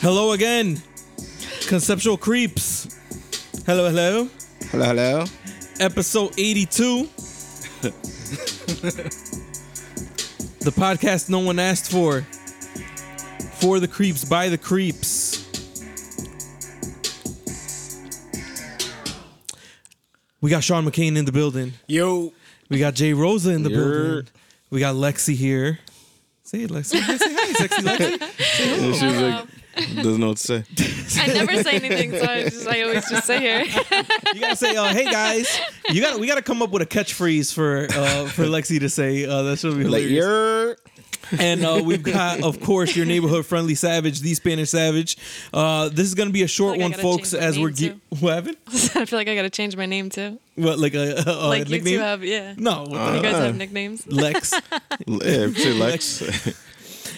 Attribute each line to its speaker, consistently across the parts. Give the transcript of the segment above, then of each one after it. Speaker 1: Hello again, Conceptual Creeps. Hello, hello.
Speaker 2: Hello, hello.
Speaker 1: Episode 82. the podcast no one asked for. For the creeps, by the creeps. We got Sean McCain in the building.
Speaker 2: Yo.
Speaker 1: We got Jay Rosa in the
Speaker 2: Yer.
Speaker 1: building. We got Lexi here. Say it, Lexi. Say hi, sexy Lexi.
Speaker 2: And she was
Speaker 3: Hello.
Speaker 2: like, doesn't know what to say.
Speaker 3: I never say anything, so I, just, I always just say here.
Speaker 1: You gotta say, uh, "Hey guys," you got to we gotta come up with a catchphrase for uh, for Lexi to say. Uh, that should be
Speaker 2: Like,
Speaker 1: hilarious.
Speaker 2: you're.
Speaker 1: and uh, we've got, of course, your neighborhood friendly savage, the Spanish savage. Uh, this is gonna be a short
Speaker 3: Like, I
Speaker 1: one,
Speaker 3: gotta
Speaker 1: folks.
Speaker 3: change my
Speaker 1: As we're
Speaker 3: name,
Speaker 1: ge-
Speaker 3: too.
Speaker 1: what happened?
Speaker 3: I feel like I gotta change my name too.
Speaker 1: What like a, a, a Oh,
Speaker 3: like you
Speaker 1: nickname?
Speaker 3: two have, yeah.
Speaker 1: no, what the
Speaker 3: You
Speaker 1: hell?
Speaker 3: guys have nicknames.
Speaker 1: Lex.
Speaker 2: Yeah, say Lex.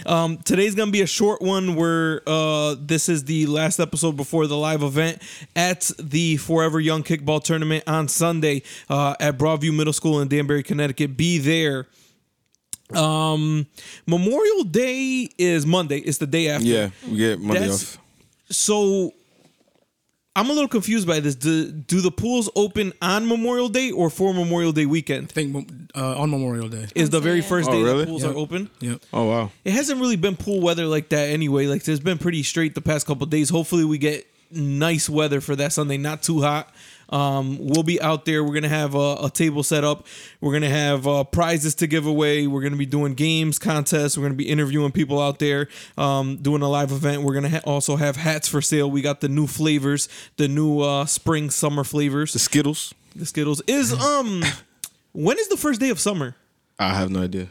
Speaker 1: Um, today's gonna be a short one where uh, this is the last episode before the live event at the Forever Young Kickball Tournament on Sunday uh, at Broadview Middle School in Danbury, Connecticut. Be there. Um, Memorial Day is Monday. It's the day after.
Speaker 2: yeah, we get Monday
Speaker 1: That's-
Speaker 2: off.
Speaker 1: So I'm a little confused by this. Do, do the pools open on Memorial Day or for Memorial Day weekend?
Speaker 4: think uh, on Memorial Day.
Speaker 1: Is the very first
Speaker 2: Oh,
Speaker 1: day
Speaker 2: really?
Speaker 1: the pools
Speaker 4: Yep.
Speaker 1: are open?
Speaker 4: Yep.
Speaker 2: Oh, wow.
Speaker 1: it hasn't really been pool weather like that anyway. Like there's been pretty straight the past couple days. Hopefully we get nice weather for that Sunday, not too hot. Um, we'll be out there. We're gonna have a, a table set up. We're gonna have uh, prizes to give away. We're gonna be doing games, contests. We're gonna be interviewing people out there, um, doing a live event. We're gonna ha- also have hats for sale. We got the new flavors, the new uh, spring summer
Speaker 2: The
Speaker 1: flavors.
Speaker 2: Skittles?
Speaker 1: The Skittles is um, when is the first day of summer?
Speaker 2: I have no idea.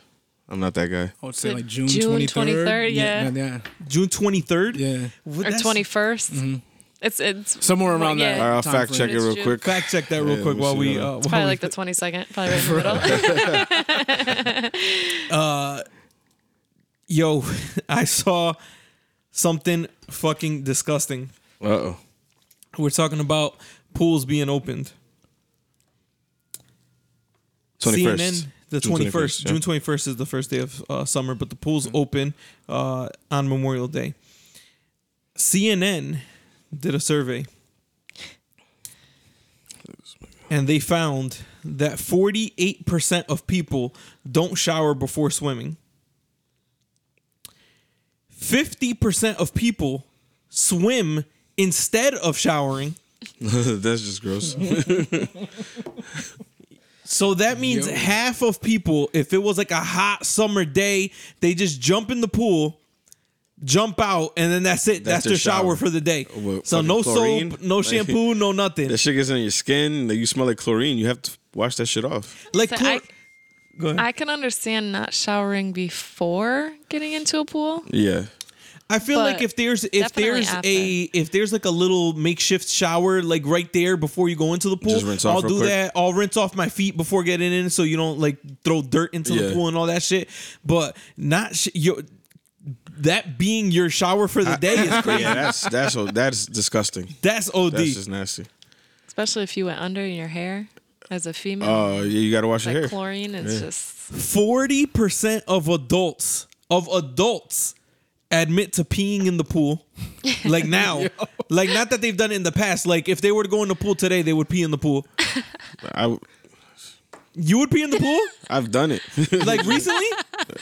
Speaker 2: I'm not that guy.
Speaker 4: I would say
Speaker 3: So
Speaker 4: like June
Speaker 3: June
Speaker 4: twenty third.
Speaker 3: 23rd, yeah.
Speaker 4: yeah,
Speaker 1: June twenty third.
Speaker 4: yeah, yeah.
Speaker 3: Or 21st. It's it's
Speaker 4: Somewhere around
Speaker 3: Yeah.
Speaker 4: that.
Speaker 2: All right, I'll
Speaker 4: time
Speaker 2: fact
Speaker 4: frame.
Speaker 2: check it
Speaker 3: It's
Speaker 2: real
Speaker 3: June.
Speaker 2: quick.
Speaker 1: Fact check that real
Speaker 2: Yeah,
Speaker 1: quick
Speaker 2: we'll
Speaker 1: while
Speaker 2: see
Speaker 1: we
Speaker 2: that.
Speaker 1: uh, while
Speaker 3: probably
Speaker 1: we-
Speaker 3: like the 22nd, probably right in the middle.
Speaker 1: yo, I saw something fucking disgusting.
Speaker 2: Uh oh.
Speaker 1: We're talking about pools being opened.
Speaker 2: 21st.
Speaker 1: CNN, the
Speaker 2: June
Speaker 1: 21st.
Speaker 2: 21st, yeah. Mm-hmm.
Speaker 1: June 21st is the first day of uh, summer, but the pools open uh, on Memorial Day. CNN did a survey. And they found that 48% of people don't shower before swimming. 50% of people swim instead of showering.
Speaker 2: That's just gross.
Speaker 1: So that means
Speaker 4: Yo.
Speaker 1: half of people, if it was like a hot summer day, they just jump in the pool, jump out, and then that's it. That's,
Speaker 2: That's
Speaker 1: their
Speaker 2: their
Speaker 1: shower.
Speaker 2: shower.
Speaker 1: for the day.
Speaker 2: What,
Speaker 1: so
Speaker 2: fucking
Speaker 1: no
Speaker 2: chlorine?
Speaker 1: soap, no
Speaker 2: Like-
Speaker 1: shampoo, no nothing.
Speaker 2: that shit gets on your skin. That you smell like chlorine. You have to wash that shit off.
Speaker 1: like
Speaker 3: So
Speaker 1: chlor-
Speaker 3: I,
Speaker 1: Go ahead. I,
Speaker 3: I can understand not showering before getting into a pool.
Speaker 2: Yeah.
Speaker 1: feel
Speaker 3: but
Speaker 1: like if there's if
Speaker 3: definitely
Speaker 1: there's
Speaker 3: after.
Speaker 1: a if there's like a little makeshift shower like right there before you go into the pool,
Speaker 2: Just rinse off
Speaker 1: I'll
Speaker 2: real
Speaker 1: do
Speaker 2: quick.
Speaker 1: that. I'll rinse off my feet before getting in, so you don't like throw dirt into the
Speaker 2: Yeah.
Speaker 1: pool and all that shit. But not sh- yo, that being your shower for the day is crazy.
Speaker 2: Yeah, that's that's that's disgusting.
Speaker 1: That's OD.
Speaker 2: That's just nasty.
Speaker 3: Especially if you went under in your hair as a female.
Speaker 2: Oh, yeah, you gotta wash your
Speaker 3: that
Speaker 2: hair.
Speaker 3: chlorine is just
Speaker 1: Forty percent of adults of adults admit to peeing in the pool. Like now, like not that they've done it in the past. Like if they were to go in the pool today, they would pee in the pool.
Speaker 2: I,
Speaker 1: You would pee in the pool
Speaker 2: I've done it.
Speaker 1: like recently.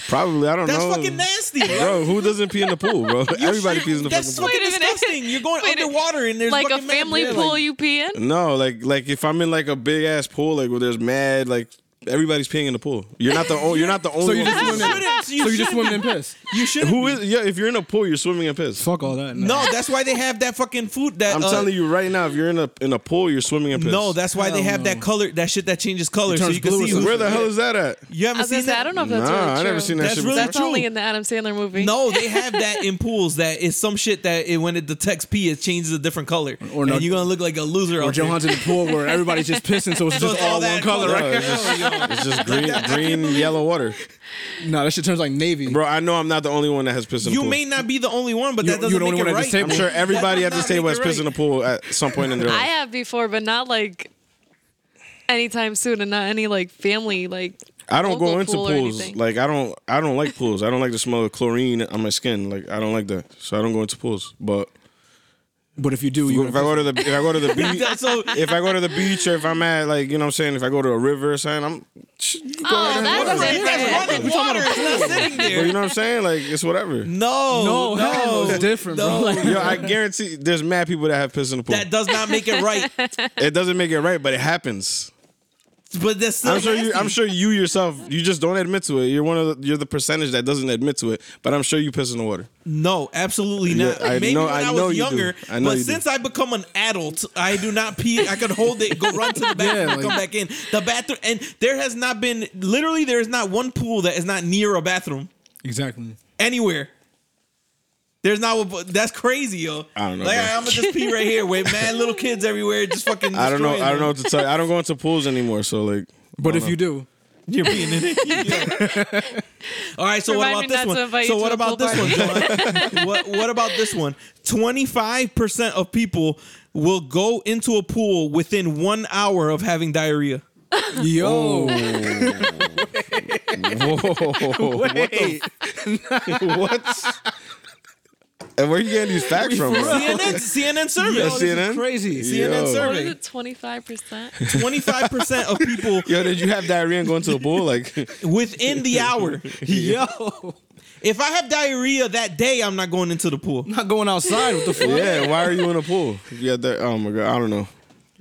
Speaker 2: Probably. I don't
Speaker 1: That's
Speaker 2: know.
Speaker 1: fucking nasty. Bro.
Speaker 2: Bro, who doesn't pee in the pool, bro? Everybody pees in the
Speaker 1: That's
Speaker 2: fucking
Speaker 1: fucking
Speaker 3: Wait a minute.
Speaker 1: disgusting. You're going
Speaker 3: Wait a-
Speaker 1: underwater and there's
Speaker 3: like a
Speaker 1: fucking mad-
Speaker 3: family
Speaker 1: yeah,
Speaker 3: pool
Speaker 1: like-
Speaker 3: you pee in.
Speaker 2: pool. No, like like if I'm in like a big ass pool, like where there's mad, like everybody's peeing in the pool. You're not the only. You're not the only.
Speaker 4: So you
Speaker 2: one peeing
Speaker 4: just
Speaker 2: in
Speaker 4: swim
Speaker 2: the
Speaker 4: in.
Speaker 1: shouldn't- you shouldn't
Speaker 2: pool.
Speaker 4: so you just swim in piss.
Speaker 1: you should.
Speaker 2: Who is? Yeah, if you're in a pool, you're swimming in piss.
Speaker 4: Fuck all that.
Speaker 1: No, that's why they have that fucking food. That
Speaker 2: I'm
Speaker 1: uh,
Speaker 2: telling you right now, if you're in a in a pool, you're swimming in piss.
Speaker 1: No, that's why they
Speaker 4: Hell
Speaker 1: have that
Speaker 4: no.
Speaker 1: color. That shit that changes color, so
Speaker 4: turns
Speaker 1: you can
Speaker 4: blue or
Speaker 1: see.
Speaker 4: something.
Speaker 1: Who,
Speaker 2: where the hell is that at?
Speaker 1: you
Speaker 3: I
Speaker 1: haven't
Speaker 3: was
Speaker 1: seen
Speaker 3: gonna say,
Speaker 1: that?
Speaker 3: I don't know if
Speaker 2: Nah,
Speaker 3: that's really true.
Speaker 2: I never seen that
Speaker 1: That's
Speaker 2: shit.
Speaker 1: really
Speaker 2: before.
Speaker 3: That's
Speaker 1: true.
Speaker 3: only in the Adam Sandler movie.
Speaker 1: No, they have that in pools that is some shit that it, when it detects pee, it changes a different color,
Speaker 4: Or
Speaker 1: and
Speaker 4: no-
Speaker 1: you're gonna look like a loser.
Speaker 4: Or
Speaker 1: out there.
Speaker 4: Johan's in the pool where everybody's just pissing, so it's
Speaker 1: So
Speaker 4: just
Speaker 1: it's
Speaker 4: all
Speaker 1: that
Speaker 4: one color,
Speaker 2: color.
Speaker 4: right?
Speaker 2: Yeah,
Speaker 4: Hell
Speaker 2: It's just green, green, yellow water.
Speaker 4: No, that shit turns like navy.
Speaker 2: Bro, I know I'm not the only one that has pissed in the
Speaker 1: You
Speaker 2: pool.
Speaker 1: may not be the only one, but
Speaker 4: You-
Speaker 1: that doesn't
Speaker 4: you're the only
Speaker 1: make it
Speaker 4: one at
Speaker 1: right.
Speaker 4: this table.
Speaker 2: I'm sure
Speaker 1: That
Speaker 2: everybody at
Speaker 1: does
Speaker 2: this
Speaker 1: not
Speaker 2: table
Speaker 1: make
Speaker 2: has
Speaker 1: it
Speaker 2: pissed in the
Speaker 1: right.
Speaker 2: pool at some point in their
Speaker 3: I
Speaker 2: life.
Speaker 3: have before, but not like anytime soon, and not any like family like.
Speaker 2: I don't go
Speaker 3: local
Speaker 2: into
Speaker 3: pool or
Speaker 2: pools.
Speaker 3: anything.
Speaker 2: Like I don't I don't like pools. I don't like the smell of chlorine on my skin. Like I don't like that. So I don't go into pools. But
Speaker 4: But if you do, you
Speaker 2: if I go to the if I go to the beach
Speaker 1: That's so.
Speaker 2: if I go to the beach or if I'm at like you know what I'm saying if I go to a river or something I'm
Speaker 3: oh, that's
Speaker 1: That's
Speaker 3: different.
Speaker 1: running water. It's not sitting
Speaker 2: but you
Speaker 1: there.
Speaker 2: know what I'm saying like it's whatever.
Speaker 1: No,
Speaker 4: no,
Speaker 1: no,
Speaker 4: Oh, it's different,
Speaker 1: no.
Speaker 4: bro. Like,
Speaker 2: Yo, I guarantee there's mad people that have pissed in the pool.
Speaker 1: That does not make it right.
Speaker 2: it doesn't make it right, but it happens.
Speaker 1: But that's still
Speaker 2: I'm sure you
Speaker 1: nasty.
Speaker 2: I'm sure you yourself you just don't admit to it. You're one of the, you're the percentage that doesn't admit to it, but I'm sure you piss in the water.
Speaker 1: No, absolutely not.
Speaker 2: Yeah, I
Speaker 1: Maybe
Speaker 2: know-
Speaker 1: when
Speaker 2: I
Speaker 1: I,
Speaker 2: know
Speaker 1: was
Speaker 2: you do.
Speaker 1: younger,
Speaker 2: I know
Speaker 1: but
Speaker 2: you do.
Speaker 1: since I become an adult, I do not pee. I can hold it, go run to the bathroom,
Speaker 4: Yeah,
Speaker 1: and come
Speaker 4: like-
Speaker 1: back in the bathroom. And there has not been literally there is not one pool that is not near a bathroom
Speaker 4: exactly.
Speaker 1: anywhere. There's not. one- That's crazy, yo.
Speaker 2: I don't know,
Speaker 1: Like
Speaker 2: bro.
Speaker 1: I'm gonna just pee right here with mad little kids everywhere, just fucking.
Speaker 2: I don't know.
Speaker 1: destroying
Speaker 2: I don't know
Speaker 1: them.
Speaker 2: what to tell you. I don't go into pools anymore. So like,
Speaker 4: But if you do,
Speaker 1: You're peeing in it. All right. So
Speaker 3: Remind me
Speaker 1: what
Speaker 3: not to
Speaker 1: about this one?
Speaker 3: invite
Speaker 1: So
Speaker 3: you
Speaker 1: what
Speaker 3: to a
Speaker 1: about
Speaker 3: pool
Speaker 1: this one, John? what What about this one? Twenty five percent of people will go into a pool within one hour of having diarrhea.
Speaker 2: whoa,
Speaker 4: yo,
Speaker 2: what?
Speaker 4: Wait.
Speaker 2: what? And where you getting these facts from? Bro?
Speaker 1: CNN CNN
Speaker 4: Yo,
Speaker 2: That's
Speaker 1: survey.
Speaker 4: this
Speaker 2: CNN?
Speaker 4: is crazy.
Speaker 1: CNN
Speaker 2: Yo.
Speaker 3: What is
Speaker 1: survey.
Speaker 3: it? Twenty five percent.
Speaker 1: Twenty five percent of people
Speaker 2: Yo, did you have diarrhea and go into a pool? Like,
Speaker 1: within the hour.
Speaker 4: Yo,
Speaker 1: If I have diarrhea that day, I'm not going into the pool.
Speaker 4: not going outside. What the fuck?
Speaker 2: yeah. Why are you in a pool? Yeah. That, oh my god. I don't know.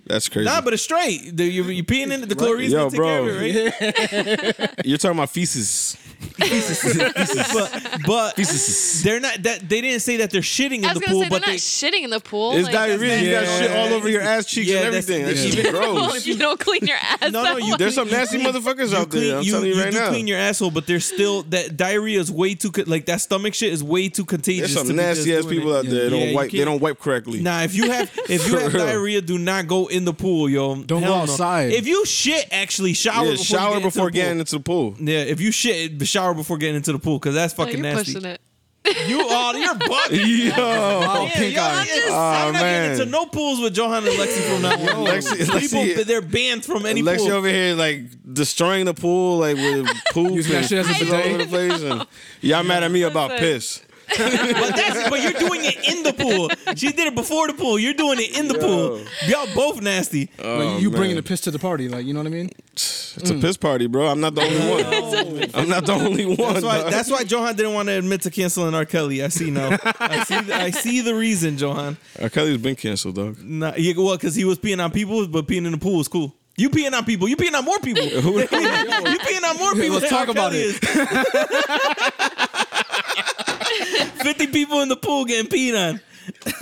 Speaker 2: That's crazy.
Speaker 1: Nah, but it's straight. The- you you peeing in it, the chlorine.
Speaker 2: Yo,
Speaker 1: Yo, bro.
Speaker 2: bro.
Speaker 1: right?
Speaker 2: You're talking about feces.
Speaker 1: But, but they're not. That they didn't say that they're shitting in
Speaker 3: I was
Speaker 1: the
Speaker 3: gonna
Speaker 1: pool,
Speaker 3: say they're
Speaker 1: but
Speaker 3: not
Speaker 1: they.
Speaker 3: shitting in the pool.
Speaker 2: It's
Speaker 3: like, that's
Speaker 2: diarrhea. You got
Speaker 4: Yeah.
Speaker 2: shit all over your ass cheeks
Speaker 1: Oh Yeah,
Speaker 2: and
Speaker 1: that's-
Speaker 2: everything. That
Speaker 1: yeah.
Speaker 2: shit
Speaker 3: not-
Speaker 2: gross.
Speaker 3: You don't clean your ass.
Speaker 1: No, no,
Speaker 3: out.
Speaker 1: you
Speaker 2: There's some
Speaker 1: You
Speaker 2: nasty
Speaker 1: clean-
Speaker 2: motherfuckers out
Speaker 1: clean-
Speaker 2: there. I'm telling you right
Speaker 1: do
Speaker 2: now.
Speaker 1: clean your asshole, but there's still that diarrhea is way too co- like that stomach shit is way too contagious.
Speaker 2: There's
Speaker 1: to
Speaker 2: some
Speaker 1: be just
Speaker 2: nasty ass
Speaker 1: doing
Speaker 2: people
Speaker 1: it.
Speaker 2: out there. They
Speaker 1: Yeah,
Speaker 2: don't
Speaker 1: you
Speaker 2: wipe. They
Speaker 1: can't-
Speaker 2: don't wipe correctly.
Speaker 1: Nah, if you have if you
Speaker 2: For
Speaker 1: have
Speaker 2: real.
Speaker 1: diarrhea, do not go in the pool, yo.
Speaker 4: Don't go
Speaker 1: Hell no.
Speaker 4: outside.
Speaker 1: If you shit, actually shower.
Speaker 2: Yeah,
Speaker 1: before
Speaker 2: shower
Speaker 1: you get into
Speaker 2: before
Speaker 1: the
Speaker 2: getting
Speaker 1: Pool.
Speaker 2: into the pool.
Speaker 1: Yeah, if you shit, shower before getting into the pool because that's
Speaker 3: No,
Speaker 1: fucking
Speaker 3: you're
Speaker 1: nasty.
Speaker 3: pushing it.
Speaker 1: You are you're bugging.
Speaker 2: Yo.
Speaker 4: Oh,
Speaker 1: Yeah,
Speaker 4: pink
Speaker 1: yo,
Speaker 4: eye.
Speaker 1: I'm, just,
Speaker 2: Oh,
Speaker 1: I'm not
Speaker 2: man.
Speaker 1: getting into no pools with Johan and Lexi from now on. yo.
Speaker 2: Lexi-
Speaker 1: People,
Speaker 2: Lexi-
Speaker 1: they're banned from any
Speaker 2: Lexi
Speaker 1: pool.
Speaker 2: over here like destroying the pool, like with poop
Speaker 4: Using that
Speaker 2: and
Speaker 4: shit as a
Speaker 2: piss all
Speaker 4: bidet.
Speaker 2: over the place. And y'all mad at me about
Speaker 3: Listen.
Speaker 2: piss?
Speaker 1: But that's but you're doing it in the pool. She did it before the pool. You're doing it in the pool. Y'all both nasty.
Speaker 2: Uh-huh.
Speaker 4: Like, you
Speaker 2: man.
Speaker 4: bringing the piss to the party, like you know what I mean?
Speaker 2: It's a piss party, bro. I'm not the only one. I'm not the only one.
Speaker 1: That's why
Speaker 2: dog.
Speaker 1: that's why Johan didn't want to admit to canceling R. Kelly. I see now. I see the, I see the reason, Johan.
Speaker 2: R. Kelly's been canceled, dog.
Speaker 1: Nah, yeah, well, because he was peeing on people, but peeing in the pool is cool. You peeing on people. You peeing on more people. you peeing on more people.
Speaker 4: let's
Speaker 1: than R.
Speaker 4: talk about
Speaker 1: Kelly
Speaker 4: it.
Speaker 1: is. Fifty people in the pool getting peed on.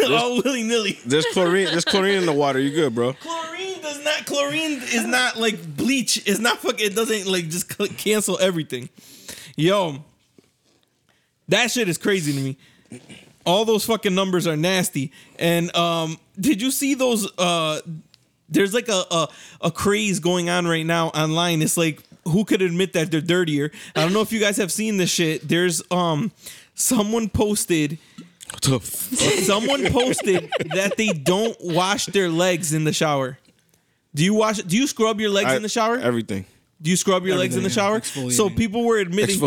Speaker 1: All willy nilly.
Speaker 2: There's chlorine. There's chlorine in the water. You good, bro?
Speaker 1: Chlorine does not. Chlorine is not like bleach. It's not fucking. It doesn't like just c- cancel everything. Yo, that shit is crazy to me. All those fucking numbers are nasty. And um, did you see those? Uh, there's like a, a a craze going on right now online. It's like who could admit that they're dirtier? I don't know if you guys have seen this shit. There's um, someone posted.
Speaker 2: What the fuck?
Speaker 1: Someone posted that they don't wash their legs in the shower. Do you wash? Do you scrub your legs in the shower?
Speaker 2: Everything.
Speaker 1: do you scrub your legs in the shower?
Speaker 4: Everything, yeah.
Speaker 1: So
Speaker 4: Exfoliating.
Speaker 1: people were admitting to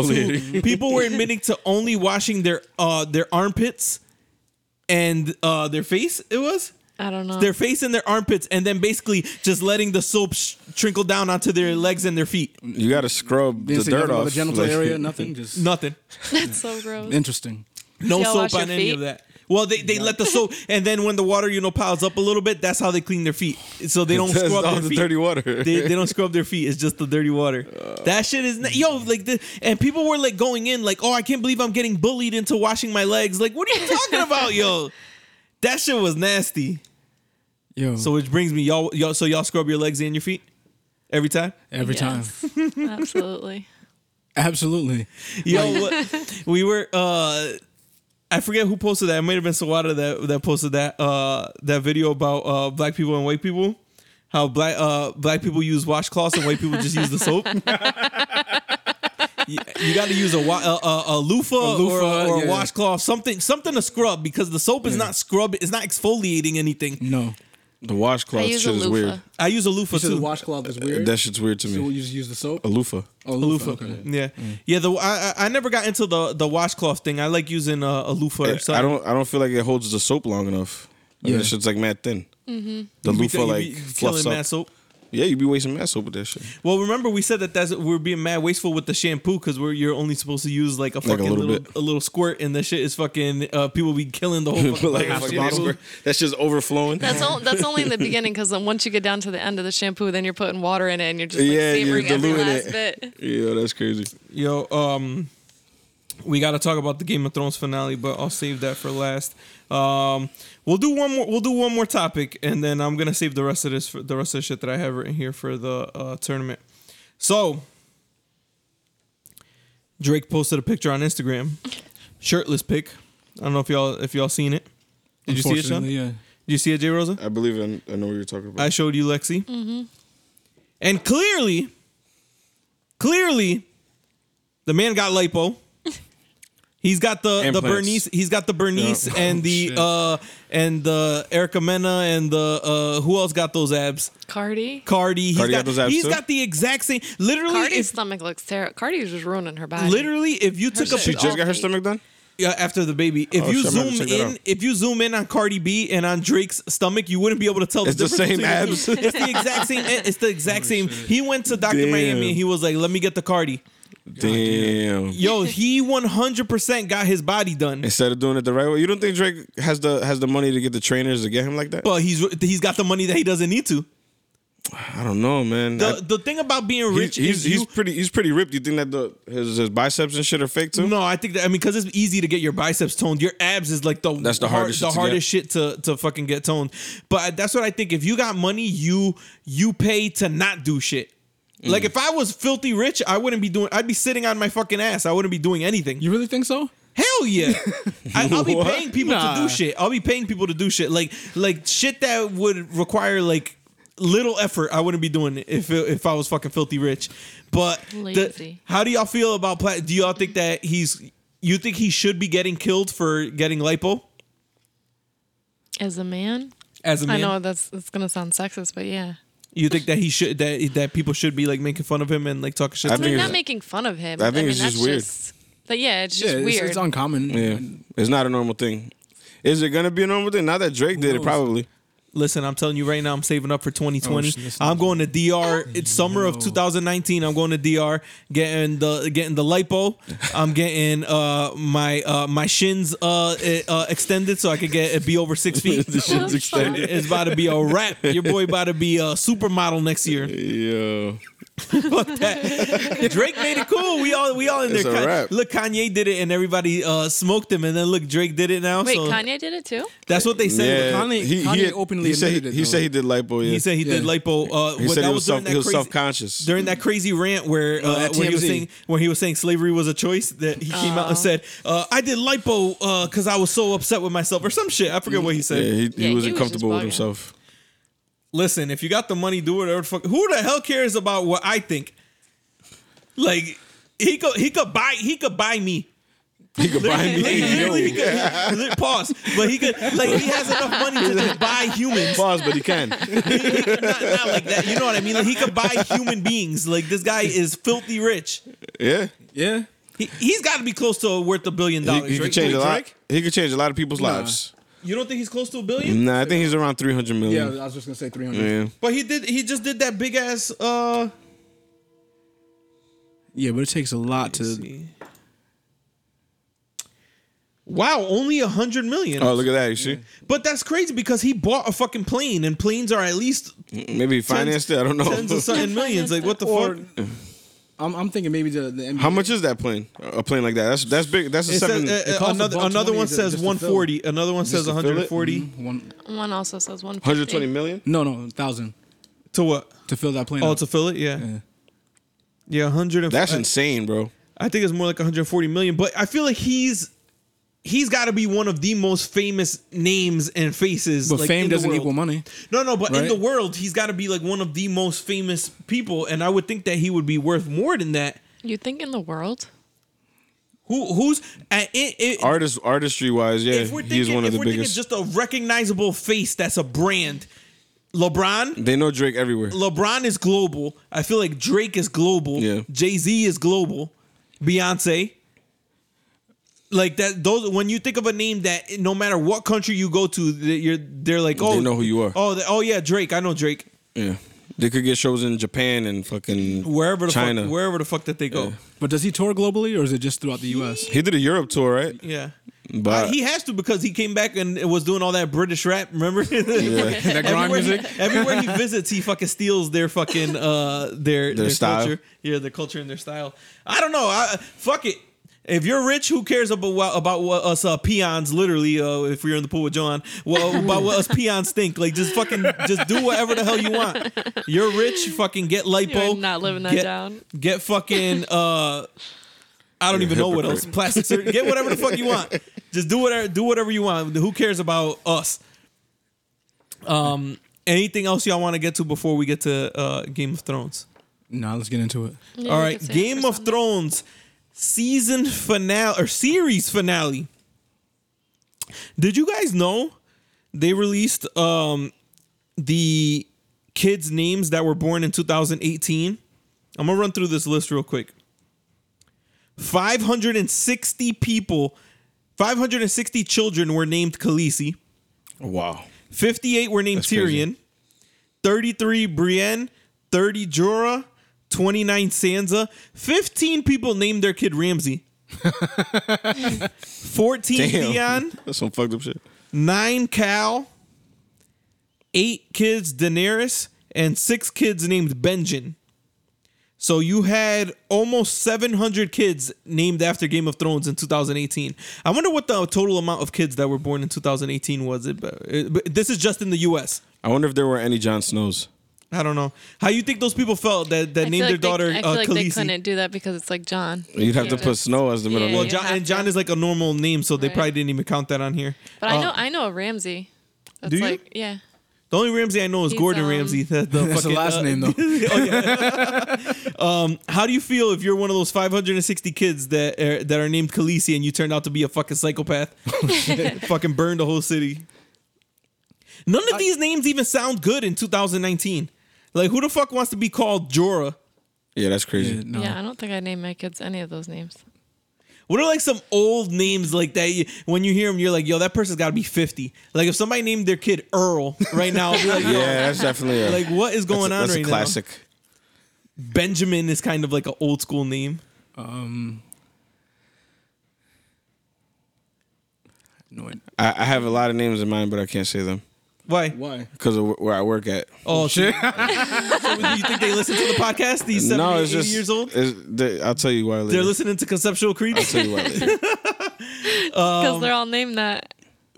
Speaker 2: Exfoliating.
Speaker 1: people were admitting to only washing their uh their armpits and uh their face. It was
Speaker 3: I don't know.
Speaker 1: their face and their armpits, and then basically just letting the soap sh- trickle down onto their legs and their feet.
Speaker 2: You got to scrub
Speaker 4: Didn't
Speaker 2: the
Speaker 4: say
Speaker 2: dirt
Speaker 4: nothing about
Speaker 2: off.
Speaker 4: the genital
Speaker 2: like-
Speaker 4: area, nothing. Just
Speaker 1: Nothing.
Speaker 3: That's so gross.
Speaker 4: interesting.
Speaker 1: No
Speaker 3: Y'all
Speaker 1: soap
Speaker 3: wash your
Speaker 1: on any
Speaker 3: feet?
Speaker 1: of that. Well, they, they let the soap, and then when the water you know piles up a little bit, that's how they clean their feet. So they don't
Speaker 2: That's
Speaker 1: scrub
Speaker 2: all
Speaker 1: their
Speaker 2: the
Speaker 1: feet.
Speaker 2: dirty water.
Speaker 1: they, they don't scrub their feet. It's just the dirty water. that shit is na- yo like the and people were like going in like oh I can't believe I'm getting bullied into washing my legs. Like what are you talking about yo? That shit was nasty.
Speaker 4: Yo,
Speaker 1: So which brings me y'all y'all so y'all scrub your legs and your feet every time.
Speaker 4: every time,
Speaker 3: time. Absolutely.
Speaker 4: absolutely.
Speaker 1: Yo, what, we were. uh I forget who posted that. It might have been Sawada that that posted that uh that video about uh black people and white people. how black uh black people use washcloths and white people just use the soap. You, you got to use a, wa- a, a, a loofah,
Speaker 4: A loofah,
Speaker 1: or, or a
Speaker 4: yeah.
Speaker 1: washcloth, something something to scrub because the soap is
Speaker 4: Yeah.
Speaker 1: not scrub, it's not exfoliating anything.
Speaker 4: No.
Speaker 2: The
Speaker 3: I
Speaker 2: washcloth
Speaker 3: use
Speaker 2: shit
Speaker 3: a
Speaker 2: is
Speaker 3: loofah.
Speaker 2: weird.
Speaker 1: I use a loofah
Speaker 4: You said
Speaker 1: too.
Speaker 4: the washcloth is weird.
Speaker 2: That shit's weird to
Speaker 4: so you
Speaker 2: me.
Speaker 4: just use the soap?
Speaker 2: A loofah.
Speaker 4: Oh,
Speaker 1: a loofah.
Speaker 4: okay. Mm.
Speaker 1: Yeah, yeah. The I, I I never got into the the washcloth thing. I like using uh, a loofah. Or something.
Speaker 2: Eh, I don't. I don't feel like it holds the soap long enough. Yeah,
Speaker 4: Yeah.
Speaker 2: that shit's like mad thin. The
Speaker 1: You be-
Speaker 2: loofah
Speaker 1: you
Speaker 2: like
Speaker 1: be
Speaker 2: fluffs
Speaker 1: killing
Speaker 2: up.
Speaker 1: mad soap.
Speaker 2: Yeah, you be wasting mad soap with that shit.
Speaker 1: Well, remember we said that that's we're being mad wasteful with the shampoo because we're you're only supposed to use like a fucking
Speaker 2: little
Speaker 1: little,
Speaker 2: bit.
Speaker 1: a little squirt and the shit is fucking uh, people be killing the whole fucking
Speaker 2: like
Speaker 1: bottle of
Speaker 2: fucking
Speaker 1: shampoo.
Speaker 2: squirt. That's just overflowing.
Speaker 3: That's, all, that's only in the beginning because then once you get down to the end of the shampoo, then you're putting water in it and you're just like,
Speaker 2: Yeah, you're
Speaker 3: savoring every
Speaker 2: diluting
Speaker 3: last
Speaker 2: it.
Speaker 3: bit.
Speaker 2: yeah, that's crazy.
Speaker 1: Yo, um, we got to talk about the Game of Thrones finale, but I'll save that for last. Um, we'll do one more. We'll do one more topic, and then I'm gonna save the rest of this, for the rest of the shit that I have written here for the uh, tournament. So, Drake posted a picture on Instagram, shirtless pic. I don't know if y'all if y'all seen it. Did you see it, Sean?
Speaker 4: Unfortunately,
Speaker 1: Did
Speaker 4: Yeah.
Speaker 1: you see it, J Rosa?
Speaker 2: I believe I, I know what you're talking about.
Speaker 1: I showed you Lexi.
Speaker 3: Mm-hmm.
Speaker 1: And clearly, clearly, the man got lipo. He's got the the
Speaker 2: Implants.
Speaker 1: Bernice. He's got the Bernice
Speaker 2: Yeah. Oh,
Speaker 1: and the
Speaker 4: shit.
Speaker 1: uh and the Erica Mena and the uh who else got those abs?
Speaker 3: Cardi?
Speaker 1: Cardi. He's
Speaker 2: Cardi got
Speaker 1: got,
Speaker 2: those abs
Speaker 1: he's
Speaker 2: too?
Speaker 1: got the exact same. Literally,
Speaker 3: Cardi's
Speaker 1: if,
Speaker 3: stomach looks terrible. Cardi's just ruining her body.
Speaker 1: literally, if you took a
Speaker 3: shit
Speaker 2: she
Speaker 3: is
Speaker 2: just got her
Speaker 3: awful.
Speaker 2: stomach done.
Speaker 1: yeah, after the baby, if
Speaker 2: Oh,
Speaker 1: you
Speaker 2: shit, I'm gonna
Speaker 1: zoom
Speaker 2: check that
Speaker 1: in,
Speaker 2: out.
Speaker 1: if you zoom in on Cardi B and on Drake's stomach, you wouldn't be able to tell.
Speaker 2: It's the
Speaker 1: difference
Speaker 2: same
Speaker 1: between the two.
Speaker 2: abs.
Speaker 1: It's the exact same. eh, It's the exact same. He went to Doctor
Speaker 2: Damn.
Speaker 1: Miami and he was like, "Let me get the Cardi."
Speaker 2: Damn.
Speaker 1: Yo, he one hundred percent got his body done,
Speaker 2: Instead of doing it the right way, you don't think Drake has the has the money to get the trainers to get him like that?
Speaker 1: but he's he's got the money that he doesn't need to.
Speaker 2: I don't know, man. I-
Speaker 1: The the thing about being
Speaker 2: he's-
Speaker 1: rich
Speaker 2: he's,
Speaker 1: is
Speaker 2: he's
Speaker 1: you.
Speaker 2: pretty he's pretty ripped. You think that the his, his biceps and shit are fake too?
Speaker 1: No, I think that I mean because it's easy to get your biceps toned. Your abs is like the
Speaker 2: That's the
Speaker 1: hard-
Speaker 2: hardest
Speaker 1: the
Speaker 2: shit to
Speaker 1: hardest shit to to fucking get toned. But that's what I think. If you got money, you you pay to not do shit.
Speaker 2: Mm.
Speaker 1: Like if I was filthy rich, I wouldn't be doing. I'd be sitting on my fucking ass. I wouldn't be doing anything.
Speaker 4: You really think so?
Speaker 1: Hell yeah, I, I'll be
Speaker 2: What?
Speaker 1: paying people to
Speaker 4: Nah.
Speaker 1: do shit. I'll be paying people to do shit. Like like shit that would require like little effort. I wouldn't be doing it if it- if I was fucking filthy rich. But the-
Speaker 3: Lazy.
Speaker 1: how do y'all feel about Plat? Do y'all think that he's? You think he should be getting killed for getting lipo
Speaker 3: As a man?
Speaker 1: as a man?
Speaker 3: I know that's, that's going to sound sexist, but yeah.
Speaker 1: You think that he should that that people should be like making fun of him and like talking shit? to
Speaker 2: I
Speaker 3: I
Speaker 1: him?
Speaker 2: think
Speaker 3: mean,
Speaker 2: it's-
Speaker 3: not making fun of him.
Speaker 2: I think
Speaker 3: mean,
Speaker 2: it's just
Speaker 3: that's
Speaker 2: weird.
Speaker 3: but yeah, it's
Speaker 4: Yeah,
Speaker 3: just
Speaker 4: it's,
Speaker 3: weird.
Speaker 4: it's
Speaker 1: Mm.
Speaker 4: uncommon.
Speaker 2: Yeah, it's not a normal thing. Is it gonna be a normal thing? Not that Drake did it,
Speaker 4: knows?
Speaker 2: probably.
Speaker 1: Listen, I'm telling you right now, I'm saving up for 2020.
Speaker 4: Oh, shit, that's
Speaker 1: I'm going to DR. It's summer of 2019. I'm going to DR, getting the getting the lipo. I'm getting uh my uh my shins uh, eh, uh extended so I could get it be over six feet.
Speaker 2: the shit's
Speaker 3: Well,
Speaker 2: extended.
Speaker 1: It's about to be a wrap. Your boy about to be a supermodel next year.
Speaker 2: Yeah,
Speaker 1: Fuck that. Drake made it cool. We all we all in
Speaker 2: It's
Speaker 1: there.
Speaker 2: a
Speaker 1: Kan-
Speaker 2: wrap.
Speaker 1: Look, Kanye did it and everybody uh smoked him, and then look, Drake did it now.
Speaker 3: Wait,
Speaker 1: so
Speaker 3: Kanye did it too?
Speaker 1: that's what they said.
Speaker 2: yeah.
Speaker 4: Kanye- Kanye
Speaker 2: had-
Speaker 4: openly
Speaker 2: he said he,
Speaker 4: admitted it,
Speaker 2: he
Speaker 4: though.
Speaker 2: said he did lipo. Yeah,
Speaker 1: He said he did
Speaker 4: Yeah.
Speaker 1: lipo. Uh,
Speaker 2: he
Speaker 1: what-
Speaker 2: said
Speaker 1: that was
Speaker 2: he was,
Speaker 1: during
Speaker 2: self,
Speaker 1: that
Speaker 2: he was
Speaker 1: crazy-
Speaker 2: self-conscious.
Speaker 1: during that crazy rant where
Speaker 2: Oh,
Speaker 1: uh,
Speaker 4: at
Speaker 1: when he was
Speaker 4: TMZ.
Speaker 1: saying when he was saying slavery was a choice that he came out
Speaker 2: Uh-huh.
Speaker 1: and said uh, I did lipo because I was so upset with myself or some shit. I forget what he
Speaker 2: yeah,
Speaker 1: said.
Speaker 2: he,
Speaker 3: Yeah,
Speaker 2: he
Speaker 3: he
Speaker 2: wasn't
Speaker 3: was
Speaker 2: comfortable
Speaker 3: just
Speaker 2: with
Speaker 3: bugging.
Speaker 2: himself.
Speaker 1: Listen, if you got the money, do whatever. The fuck. Who the hell cares about what I think? Like he could he could buy he could buy me.
Speaker 2: He could buy
Speaker 1: Like, literally, he
Speaker 2: me.
Speaker 1: could, li- pause. But he could like he has enough money to just buy humans.
Speaker 2: Pause, but he can.
Speaker 1: Not, not like that. You know what I mean? Like he could buy human beings. Like this guy is filthy rich.
Speaker 2: Yeah,
Speaker 4: Yeah.
Speaker 1: He, he's got to be close to worth a billion
Speaker 2: he,
Speaker 1: dollars.
Speaker 2: he could
Speaker 1: right?
Speaker 2: change a
Speaker 1: Wait,
Speaker 2: lot.
Speaker 1: Oh, Drake?
Speaker 2: He could change a lot of people's
Speaker 4: Nah.
Speaker 2: lives.
Speaker 1: You don't think he's close to a billion?
Speaker 2: Nah, I think he's around three hundred
Speaker 4: Yeah, I
Speaker 2: million.
Speaker 4: was just going to say 300.
Speaker 2: Yeah.
Speaker 1: But he did. He just did that big ass. Uh,
Speaker 4: Yeah, but it takes a lot to.
Speaker 1: see. Wow, only a hundred million.
Speaker 2: Oh, look at that! You see,
Speaker 1: but that's crazy because he bought a fucking plane, and planes are at least
Speaker 2: maybe he financed it. I don't
Speaker 1: tens of
Speaker 2: know.
Speaker 1: something millions. Like what the
Speaker 4: Or-
Speaker 1: fuck?
Speaker 4: I'm, I'm thinking maybe the, the NBA.
Speaker 2: How much is that plane? A plane like that? That's that's big. That's a
Speaker 1: It says,
Speaker 2: seven.
Speaker 1: uh, uh,
Speaker 4: costs a
Speaker 1: another
Speaker 4: bunch of
Speaker 1: another
Speaker 4: money
Speaker 1: one
Speaker 4: to-
Speaker 1: says
Speaker 4: just to
Speaker 1: 140. Another one says
Speaker 2: to fill it?
Speaker 1: 140.
Speaker 4: Mm. One,
Speaker 3: One also says 150.
Speaker 2: 120 million?
Speaker 4: no, no, 1,000
Speaker 1: To what?
Speaker 4: to fill that plane.
Speaker 1: Oh,
Speaker 4: up.
Speaker 1: to fill it? Yeah. Yeah,
Speaker 4: Yeah.
Speaker 1: 100
Speaker 2: That's insane, bro.
Speaker 1: uh, I think it's more like 140 million, but I feel like he's he's got to be one of the most famous names and faces.
Speaker 4: But
Speaker 1: like,
Speaker 4: fame
Speaker 1: in the
Speaker 4: doesn't
Speaker 1: world.
Speaker 4: equal money.
Speaker 1: No, no, but in
Speaker 4: right?
Speaker 1: the world, he's got to be like one of the most famous people, and I would think that he would be worth more than that.
Speaker 3: You think in the world?
Speaker 1: Who, who's uh, and it, it,
Speaker 2: Artist artistry wise, yeah,
Speaker 1: if we're thinking,
Speaker 2: he's one of
Speaker 1: if
Speaker 2: the
Speaker 1: we're
Speaker 2: biggest.
Speaker 1: thinking just a recognizable face that's a brand, LeBron.
Speaker 2: they know Drake everywhere.
Speaker 1: LeBron is global. I feel like Drake is global.
Speaker 2: Yeah.
Speaker 1: Jay Z is global. Beyonce. Like that, those when you think of a name that no matter what country you go to, they- you're they're like, oh,
Speaker 2: know who you are.
Speaker 1: Oh, they- oh yeah, Drake. I know Drake.
Speaker 2: Yeah, they could get shows in Japan and fucking
Speaker 1: Wherever the
Speaker 2: China.
Speaker 1: fuck, wherever the fuck that they go.
Speaker 4: But does he tour globally or is it just throughout the U.S.?
Speaker 2: he did a Europe tour, right?
Speaker 1: Yeah. Uh,
Speaker 2: But
Speaker 1: he has to because he came back and was doing all that British rap. Remember
Speaker 4: That grime
Speaker 1: everywhere,
Speaker 4: music.
Speaker 1: He, everywhere he visits, he fucking steals their fucking uh their their,
Speaker 2: style.
Speaker 1: culture, yeah, their culture and their style. I don't know. I fuck it. If you're rich, who cares about what- about what us uh, peons? Literally, uh, if we're in the pool with John, well, about what us peons think. Like, just fucking, just do whatever the hell you want. You're rich, fucking get lipo.
Speaker 3: You're not living that
Speaker 1: get,
Speaker 3: down.
Speaker 1: Get fucking. uh I don't
Speaker 2: You're
Speaker 1: even know what else.
Speaker 2: hypocrite.
Speaker 1: Plastic surgery. Get whatever the fuck you want. Just do whatever. Do whatever you want. Who cares about us? Um. Anything else y'all want to get to before we get to uh, Game of Thrones?
Speaker 4: Nah, let's get into it.
Speaker 3: Yeah,
Speaker 1: All
Speaker 3: you
Speaker 1: right,
Speaker 3: could say
Speaker 1: Game
Speaker 3: for
Speaker 1: of
Speaker 3: some.
Speaker 1: Thrones season finale or series finale. Did you guys know they released um the kids' names that were born in 2018? I'm gonna run through this list real quick. 560 people, 560 children were named Khaleesi.
Speaker 2: wow,
Speaker 1: 58 were named
Speaker 2: That's crazy.
Speaker 1: Tyrion, 33 Brienne, 30 Jorah, 29 Sansa, 15 people named their kid Ramsey. 14
Speaker 2: damn,
Speaker 1: Theon,
Speaker 2: that's some fucked up shit.
Speaker 1: 9 Cal, 8 kids Daenerys, and 6 kids named Benjen. So you had almost 700 kids named after Game of Thrones in 2018. I wonder what the total amount of kids that were born in 2018 was. It, but- it- but this is just in the U.S.
Speaker 2: I wonder if there were any Jon Snows.
Speaker 1: I don't know how you think those people felt that that
Speaker 3: I
Speaker 1: named
Speaker 3: feel
Speaker 1: their
Speaker 3: like they-
Speaker 1: daughter
Speaker 3: I feel
Speaker 1: uh,
Speaker 3: like they
Speaker 1: Khaleesi.
Speaker 3: couldn't do that because it's like John.
Speaker 2: You'd have to
Speaker 3: Yeah.
Speaker 2: put Snow as the middle
Speaker 3: Yeah.
Speaker 1: Well,
Speaker 2: name.
Speaker 1: John, and
Speaker 3: have
Speaker 1: John
Speaker 3: to.
Speaker 1: is like a normal name, so they
Speaker 3: Right.
Speaker 1: probably didn't even count that on here.
Speaker 3: But
Speaker 1: Uh,
Speaker 3: I know I know a Ramsey. That's
Speaker 1: do you?
Speaker 3: like yeah.
Speaker 1: the only Ramsey I know is
Speaker 3: He's,
Speaker 1: Gordon
Speaker 3: um,
Speaker 1: Ramsay. The, the
Speaker 4: That's
Speaker 1: fucking,
Speaker 4: the last
Speaker 1: uh,
Speaker 4: name though.
Speaker 1: oh, yeah. um, how do you feel if you're one of those 560 kids that are, that are named Khaleesi and you turned out to be a fucking psychopath?
Speaker 4: Oh,
Speaker 1: fucking burned the whole city. None of these names even sound good in 2019. Like, who the fuck wants to be called Jorah?
Speaker 2: Yeah, that's crazy.
Speaker 4: Yeah, no.
Speaker 3: Yeah, I don't think I named my kids any of those names.
Speaker 1: What are like some old names like that? You, when you hear them, you're like, yo, that person's got to be 50. Like, if somebody named their kid Earl right now, I'd be like, yo,
Speaker 2: Yeah, that's definitely a,
Speaker 1: like, what is going
Speaker 2: that's a,
Speaker 1: on
Speaker 2: that's
Speaker 1: right
Speaker 2: a
Speaker 1: now?
Speaker 2: classic.
Speaker 1: Benjamin is kind of like an old school name.
Speaker 4: Um. No. it-
Speaker 2: I, I have a lot of names in mind, but I can't say them
Speaker 1: Why?
Speaker 4: Why?
Speaker 2: because of wh- where I work at.
Speaker 1: Oh shit! so you think they listen to the podcast? These seventy,
Speaker 2: no, it's
Speaker 1: 80
Speaker 2: just
Speaker 1: years old.
Speaker 2: it's- they- I'll tell you why later.
Speaker 1: They're listening to conceptual creep.
Speaker 2: I'll tell you why later.
Speaker 1: Um,
Speaker 3: Because they're all named that.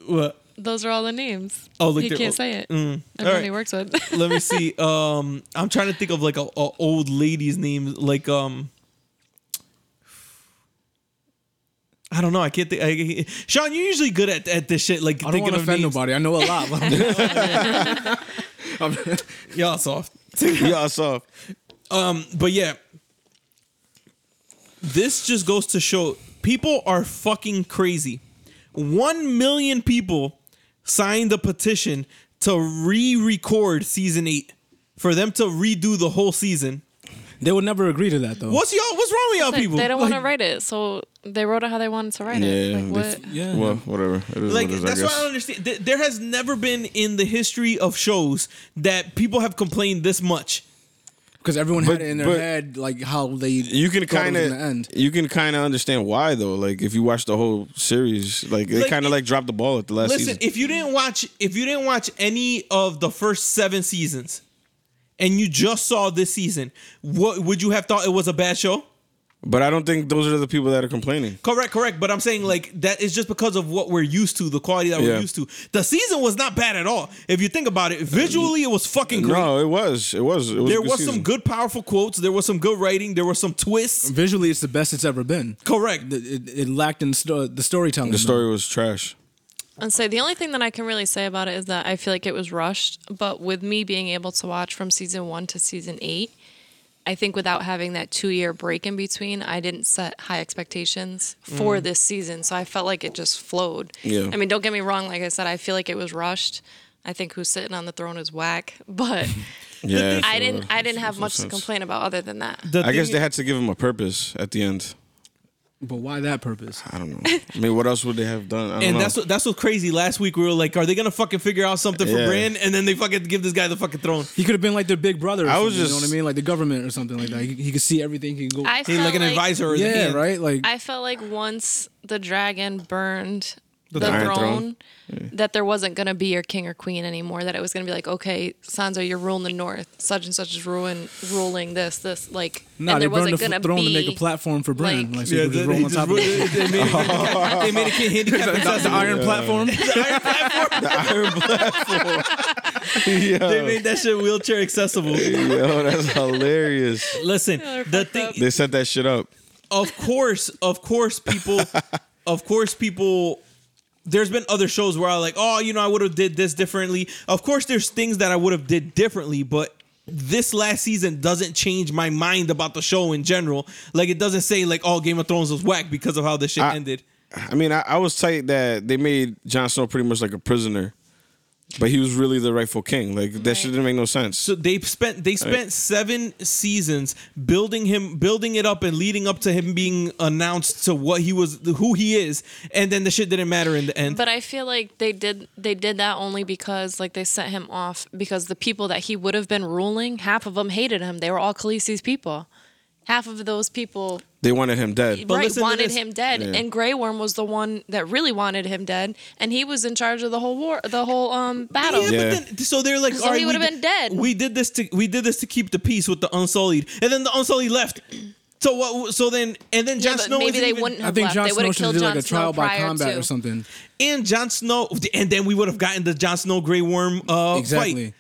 Speaker 1: What?
Speaker 3: Those are all the names.
Speaker 1: Oh, like
Speaker 3: you
Speaker 1: they're
Speaker 3: can't
Speaker 1: old.
Speaker 3: say it.
Speaker 1: All
Speaker 3: Everyone
Speaker 1: right.
Speaker 3: he works with.
Speaker 1: Let me see. Um, I'm trying to think of like a, a old lady's name. Like um, I don't know. I can't think. I, Sean, you're usually good at, at this shit. Like
Speaker 4: I don't
Speaker 1: thinking
Speaker 4: want to
Speaker 1: of
Speaker 4: offend
Speaker 1: names.
Speaker 4: nobody. I know a lot. but I'm- I'm-
Speaker 1: Y'all soft.
Speaker 2: Y'all soft.
Speaker 1: But yeah, this just goes to show people are fucking crazy. One million people signed a petition to re-record season eight for them to redo the whole season.
Speaker 4: they would never agree to that though.
Speaker 1: What's y'all? What's wrong with y'all people?
Speaker 3: they don't
Speaker 1: Like-
Speaker 3: want to write it, so they wrote it how they wanted to write it.
Speaker 2: Yeah,
Speaker 3: Like, what?
Speaker 2: they-
Speaker 4: Yeah.
Speaker 2: Well, whatever. It is
Speaker 1: like
Speaker 2: what it is,
Speaker 1: that's
Speaker 2: I
Speaker 1: why
Speaker 2: guess.
Speaker 1: I don't understand. Th- There has never been in the history of shows that people have complained this much.
Speaker 4: Because everyone
Speaker 2: But-
Speaker 4: had it in their
Speaker 2: but-
Speaker 4: head like how they
Speaker 2: you can
Speaker 4: thought it
Speaker 2: kind
Speaker 4: was gonna
Speaker 2: of
Speaker 4: end.
Speaker 2: you can kind of understand why though. Like if you watch the whole series, like they
Speaker 1: Like,
Speaker 2: kind
Speaker 1: it-
Speaker 2: of like dropped the ball at the last
Speaker 1: Listen,
Speaker 2: season.
Speaker 1: if you didn't watch, if you didn't watch any of the first seven seasons, and you just saw this season, what would you have thought it was a bad show?
Speaker 2: But I don't think those are the people that are complaining.
Speaker 1: Correct, correct. But I'm saying like that is just because of what we're used to, the quality that we're
Speaker 2: Yeah.
Speaker 1: used to. The season was not bad at all. If you think about it, visually it was fucking great.
Speaker 2: No, it was. It was. It was a
Speaker 1: there
Speaker 2: good
Speaker 1: was
Speaker 2: season.
Speaker 1: some good, powerful quotes. There was some good writing. There were some twists.
Speaker 4: Visually, it's the best it's ever been.
Speaker 1: Correct.
Speaker 4: The- It, it lacked in sto- the storytelling.
Speaker 2: The story was trash.
Speaker 3: And say the only thing that I can really say about it is that I feel like it was rushed. But with me being able to watch from season one to season eight, I think without having that two year break in between, I didn't set high expectations for this season. So I felt like it just flowed.
Speaker 2: Yeah.
Speaker 3: I mean, don't get me wrong. Like I said, I feel like it was rushed. I think who's sitting on the throne is whack, but
Speaker 2: Yeah,
Speaker 3: I
Speaker 2: so-
Speaker 3: didn't. I didn't have
Speaker 2: makes
Speaker 3: much to
Speaker 2: sense.
Speaker 3: complain about other than that.
Speaker 1: The
Speaker 2: I guess
Speaker 1: thing-
Speaker 2: they had to give him a purpose at the end.
Speaker 4: But why that purpose?
Speaker 2: I don't know. I mean, what else would they have done? I don't
Speaker 1: and
Speaker 2: know.
Speaker 1: that's what that's what's crazy. Last week we were like, are they gonna fucking figure out something for
Speaker 2: Yeah.
Speaker 1: Brand? And then they fucking give this guy the fucking throne.
Speaker 4: He could have been like their big brother. Or
Speaker 2: I
Speaker 4: I
Speaker 2: was
Speaker 4: was you know
Speaker 2: just-
Speaker 4: what I mean, like the government or something like that. He, he could see everything. He could go.
Speaker 3: I
Speaker 1: He
Speaker 3: feel
Speaker 1: like an advisor. Or
Speaker 4: yeah,
Speaker 1: the
Speaker 4: right. Like
Speaker 3: I felt like once the dragon burned the,
Speaker 2: Iron
Speaker 3: throne,
Speaker 2: Throne.
Speaker 3: that there wasn't going to be your king or queen anymore. That it was going to be like, okay, Sansa, you're ruling the north. Such and such is ruin, ruling this, this. Like,
Speaker 4: no,
Speaker 3: and
Speaker 4: they
Speaker 3: there
Speaker 4: burned the
Speaker 3: wasn't
Speaker 4: f-
Speaker 3: going
Speaker 4: throne to make a
Speaker 3: be.
Speaker 4: platform for Bran. Like,
Speaker 3: like-
Speaker 4: so he could just roll on top of it.
Speaker 1: they made it- they made a kid handicapped.
Speaker 4: That's the
Speaker 1: accessible.
Speaker 4: iron platform.
Speaker 1: They made that shit wheelchair accessible.
Speaker 2: Yo, that's hilarious.
Speaker 1: Listen, the thing,
Speaker 2: They set that shit up.
Speaker 1: of course, of course, people, of course, people. There's been other shows where I like, oh, you know, I would have did this differently. Of course, there's things that I would have did differently, but this last season doesn't change my mind about the show in general. Like, it doesn't say like, oh, Game of Thrones was whack because of how this shit
Speaker 2: I-
Speaker 1: ended.
Speaker 2: I mean, I, I was tight that they made Jon Snow pretty much like a prisoner, but he was really the rightful king. Like that shit didn't make no sense.
Speaker 1: So they spent they spent seven seasons building him, building it up, and leading up to him being announced to what he was, who he is, and then the shit didn't matter in the end.
Speaker 3: But I feel like they did they did that only because like they sent him off because the people that he would have been ruling, half of them hated him. They were all Khaleesi's people. Half of those people
Speaker 2: they wanted him dead.
Speaker 1: But
Speaker 3: right
Speaker 1: listen to
Speaker 3: wanted
Speaker 1: this.
Speaker 3: him dead,
Speaker 2: Yeah.
Speaker 3: and Grey Worm was the one that really wanted him dead, and he was in charge of the whole war, the whole um battle.
Speaker 1: Yeah, but then so they're like,
Speaker 3: So
Speaker 1: all right,
Speaker 3: he
Speaker 1: we
Speaker 3: would've
Speaker 1: di-
Speaker 3: been dead.
Speaker 1: We did this to we did this to keep the peace with the Unsullied, and then the Unsullied left. So what? So then, and then
Speaker 3: Yeah,
Speaker 1: Jon
Speaker 3: but
Speaker 1: Snow
Speaker 3: maybe
Speaker 1: isn't
Speaker 3: they
Speaker 1: even-
Speaker 3: wouldn't
Speaker 4: I
Speaker 3: have
Speaker 4: think
Speaker 3: left.
Speaker 4: Jon
Speaker 3: they would
Speaker 4: Snow
Speaker 3: have
Speaker 4: should
Speaker 3: killed
Speaker 4: do like
Speaker 3: Jon
Speaker 4: a trial
Speaker 3: Snow
Speaker 4: by
Speaker 3: prior
Speaker 4: combat
Speaker 3: to.
Speaker 4: or something.
Speaker 1: And Jon Snow, and then we would have gotten the Jon Snow Grey Worm uh,
Speaker 4: Exactly.
Speaker 1: fight,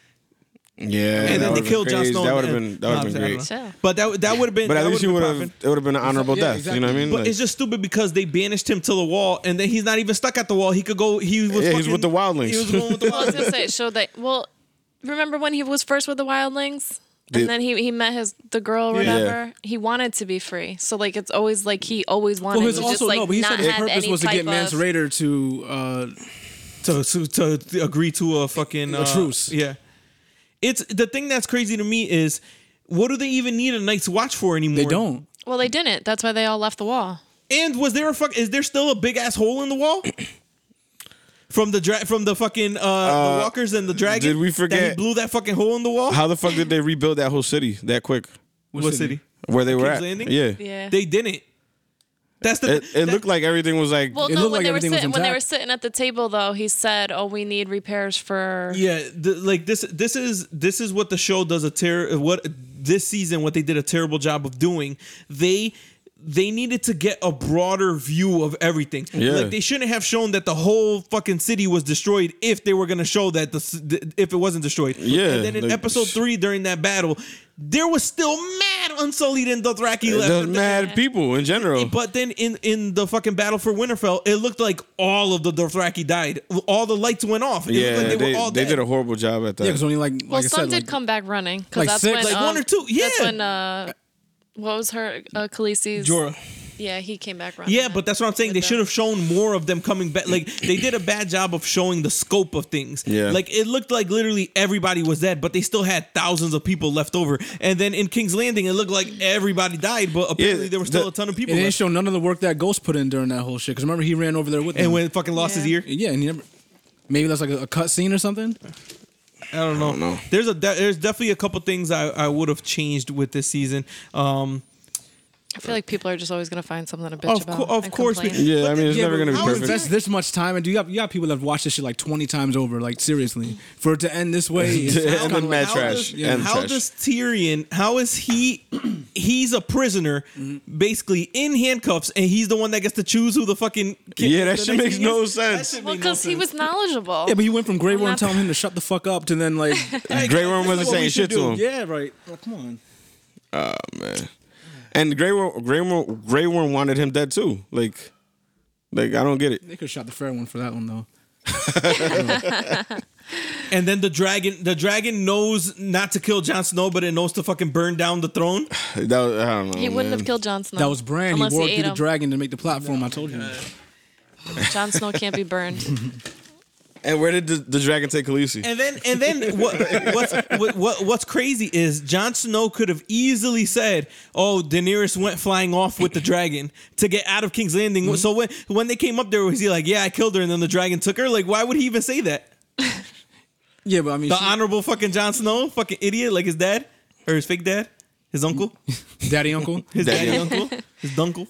Speaker 2: Yeah,
Speaker 1: and then they killed Jon
Speaker 2: John
Speaker 1: Snow. in
Speaker 2: That would
Speaker 1: the
Speaker 2: have
Speaker 1: end.
Speaker 2: been that would have
Speaker 1: No,
Speaker 2: been
Speaker 1: I'm
Speaker 2: great.
Speaker 1: saying, I don't know.
Speaker 3: Chill.
Speaker 1: But that that would have been.
Speaker 2: But at
Speaker 1: that
Speaker 2: least he
Speaker 1: would've
Speaker 2: would
Speaker 1: been
Speaker 2: have
Speaker 1: poppin'.
Speaker 2: it would have been an honorable
Speaker 4: Yeah,
Speaker 2: death. You know what I mean?
Speaker 1: But
Speaker 2: Like,
Speaker 1: it's just stupid because they banished him to the wall, and then he's not even stuck at the wall. He could go. He was.
Speaker 2: Yeah, he's
Speaker 1: fucking-
Speaker 2: with the wildlings.
Speaker 1: He was going with the
Speaker 3: Well, I was
Speaker 1: wildlings.
Speaker 3: gonna say it showed that. Well, remember when he was first with the Wildlings,
Speaker 2: The-
Speaker 3: and then he he met his the girl or
Speaker 2: Yeah.
Speaker 3: whatever. He wanted to be free, so like it's always like he always wanted
Speaker 4: Well,
Speaker 3: to
Speaker 4: his
Speaker 3: just
Speaker 4: also
Speaker 3: like
Speaker 4: no, but he
Speaker 3: not
Speaker 4: said his
Speaker 3: have
Speaker 4: purpose
Speaker 3: any
Speaker 4: was to
Speaker 3: type
Speaker 4: get Mance
Speaker 3: of.
Speaker 4: Raider to. uh,
Speaker 1: to, to to agree to a fucking uh,
Speaker 4: truce.
Speaker 1: Yeah, it's the thing that's crazy to me is what do they even need a night's watch for anymore?
Speaker 4: They don't.
Speaker 3: Well, they didn't. That's why they all left the wall.
Speaker 1: And was there a fuck? Is there still a big ass hole in the wall? From the dra- from the fucking uh, the walkers and the dragon.
Speaker 2: did we
Speaker 1: that he
Speaker 2: forget-
Speaker 1: blew that fucking hole in the wall?
Speaker 2: how the fuck did they rebuild that whole city that quick?
Speaker 1: what, city?
Speaker 2: Where they were
Speaker 1: King's
Speaker 2: at?
Speaker 1: Landing?
Speaker 2: Yeah,
Speaker 3: Yeah.
Speaker 1: They didn't. That's the.
Speaker 2: It, it looked like everything was like
Speaker 3: Well,
Speaker 4: It
Speaker 3: no,
Speaker 4: looked
Speaker 3: when
Speaker 4: like
Speaker 3: they were
Speaker 4: everything was
Speaker 3: sitting when they were
Speaker 4: intact.
Speaker 3: sitting at the table though, he said, "Oh, we need repairs for."
Speaker 1: Yeah, the, like this. This is this is what the show does a ter- What this season, what they did a terrible job of doing. They they needed to get a broader view of everything.
Speaker 2: Yeah.
Speaker 1: Like they shouldn't have shown that the whole fucking city was destroyed if they were gonna show that the s- th- if it wasn't destroyed.
Speaker 2: Yeah,
Speaker 1: And then in
Speaker 2: like-
Speaker 1: episode three, during that battle, there was still mad Unsullied and Dothraki left.
Speaker 2: just
Speaker 1: at the-
Speaker 2: mad people in general.
Speaker 1: but then in in the fucking battle for Winterfell, it looked like all of the Dothraki died. All the lights went off. It
Speaker 2: Yeah,
Speaker 1: looked
Speaker 2: they,
Speaker 1: like
Speaker 2: they,
Speaker 1: were all dead.
Speaker 2: did a horrible job at that.
Speaker 4: Yeah, because only like like
Speaker 3: Well,
Speaker 4: I
Speaker 3: some
Speaker 4: said,
Speaker 3: did
Speaker 4: like,
Speaker 3: come back running because
Speaker 4: like
Speaker 3: that's
Speaker 4: six?
Speaker 3: when
Speaker 4: Like
Speaker 1: one
Speaker 3: um,
Speaker 1: or two,
Speaker 3: That's
Speaker 1: yeah.
Speaker 3: when uh, what was her uh, Khaleesi's?
Speaker 1: Jorah.
Speaker 3: Yeah, he came back running.
Speaker 1: Yeah, but that's what I'm saying. They
Speaker 3: With
Speaker 1: should have shown more of them coming back. Like they did a bad job of showing the scope of things.
Speaker 2: Yeah.
Speaker 1: Like it looked like literally everybody was dead, but they still had thousands of people left over. And then in King's Landing, it looked like everybody died, but apparently there were still
Speaker 2: the-
Speaker 1: a ton of
Speaker 4: It
Speaker 1: people
Speaker 4: didn't
Speaker 1: left.
Speaker 4: show none of the work that Ghost put in during that whole shit. Because remember, he ran over there with
Speaker 1: and
Speaker 4: them.
Speaker 1: when it fucking lost his
Speaker 3: Yeah.
Speaker 1: ear,
Speaker 4: yeah, and he never. Maybe that's like a, a cut scene or something.
Speaker 1: I don't know.
Speaker 2: know.
Speaker 1: There's a de- there's definitely a couple things I, I would have changed with this season. Um,
Speaker 3: I feel like people are just always gonna find something to bitch
Speaker 1: Of,
Speaker 3: about.
Speaker 1: cou- of
Speaker 3: and
Speaker 1: course,
Speaker 3: complain.
Speaker 1: be-
Speaker 2: Yeah,
Speaker 1: but
Speaker 2: I mean,
Speaker 1: the-
Speaker 2: it's never
Speaker 1: but
Speaker 2: gonna be
Speaker 1: how
Speaker 4: I would
Speaker 1: is
Speaker 2: perfect.
Speaker 1: that-
Speaker 4: invest this much time, and do you have you have people that have watched this shit like twenty times over? Like seriously, for it to end this way, it's
Speaker 2: And
Speaker 4: kinda
Speaker 2: then
Speaker 4: like-
Speaker 2: mad
Speaker 1: how
Speaker 2: trash.
Speaker 1: Does,
Speaker 2: And
Speaker 1: how
Speaker 2: trash.
Speaker 1: does Tyrion? How is he? He's a prisoner,
Speaker 2: Mm-hmm.
Speaker 1: basically in handcuffs, and he's the one that gets to choose who the fucking. Kid,
Speaker 2: Yeah,
Speaker 1: the
Speaker 2: that shit
Speaker 1: next
Speaker 2: makes
Speaker 1: thing
Speaker 2: no
Speaker 1: is. That
Speaker 2: sense.
Speaker 1: shit
Speaker 3: Well,
Speaker 1: made no
Speaker 3: because he
Speaker 1: sense.
Speaker 3: was knowledgeable.
Speaker 4: Yeah, but he went from Grey Worm
Speaker 3: Not-
Speaker 4: telling him to shut the fuck up to then like,
Speaker 1: Like,
Speaker 2: Grey Worm
Speaker 1: this is what
Speaker 2: wasn't
Speaker 1: we
Speaker 2: saying
Speaker 1: should
Speaker 2: shit to
Speaker 1: do.
Speaker 2: him.
Speaker 4: yeah, right. Like, come on.
Speaker 2: man. And Grey Worm, Grey Worm, Grey Worm wanted him dead too. Like, like I don't get it.
Speaker 4: They could have shot the fair one for that one though.
Speaker 1: And then the dragon, the dragon knows not to kill Jon Snow, but it knows to fucking burn down the throne.
Speaker 2: That was, I don't know.
Speaker 3: he wouldn't have
Speaker 2: man.
Speaker 3: killed Jon Snow.
Speaker 4: That was Bran.
Speaker 3: Unless
Speaker 4: he
Speaker 3: he
Speaker 4: walked
Speaker 3: ate
Speaker 4: through the
Speaker 3: him.
Speaker 4: dragon to make the platform. I told you.
Speaker 3: Jon Snow can't be burned.
Speaker 2: And where did the, the dragon take Khaleesi?
Speaker 1: And then, and then, what, what's what, what, what's crazy is Jon Snow could have easily said, "Oh, Daenerys went flying off with the dragon to get out of King's Landing." So when when they came up there, was he like, "Yeah, I killed her," and then the dragon took her? Like, why would he even say that?
Speaker 4: Yeah, but I mean,
Speaker 1: The
Speaker 4: she-
Speaker 1: honorable fucking Jon Snow, fucking idiot, like his dad or his fake dad, his uncle,
Speaker 4: daddy uncle.
Speaker 1: his
Speaker 2: Daddy
Speaker 1: daddy, uncle, his dunkle.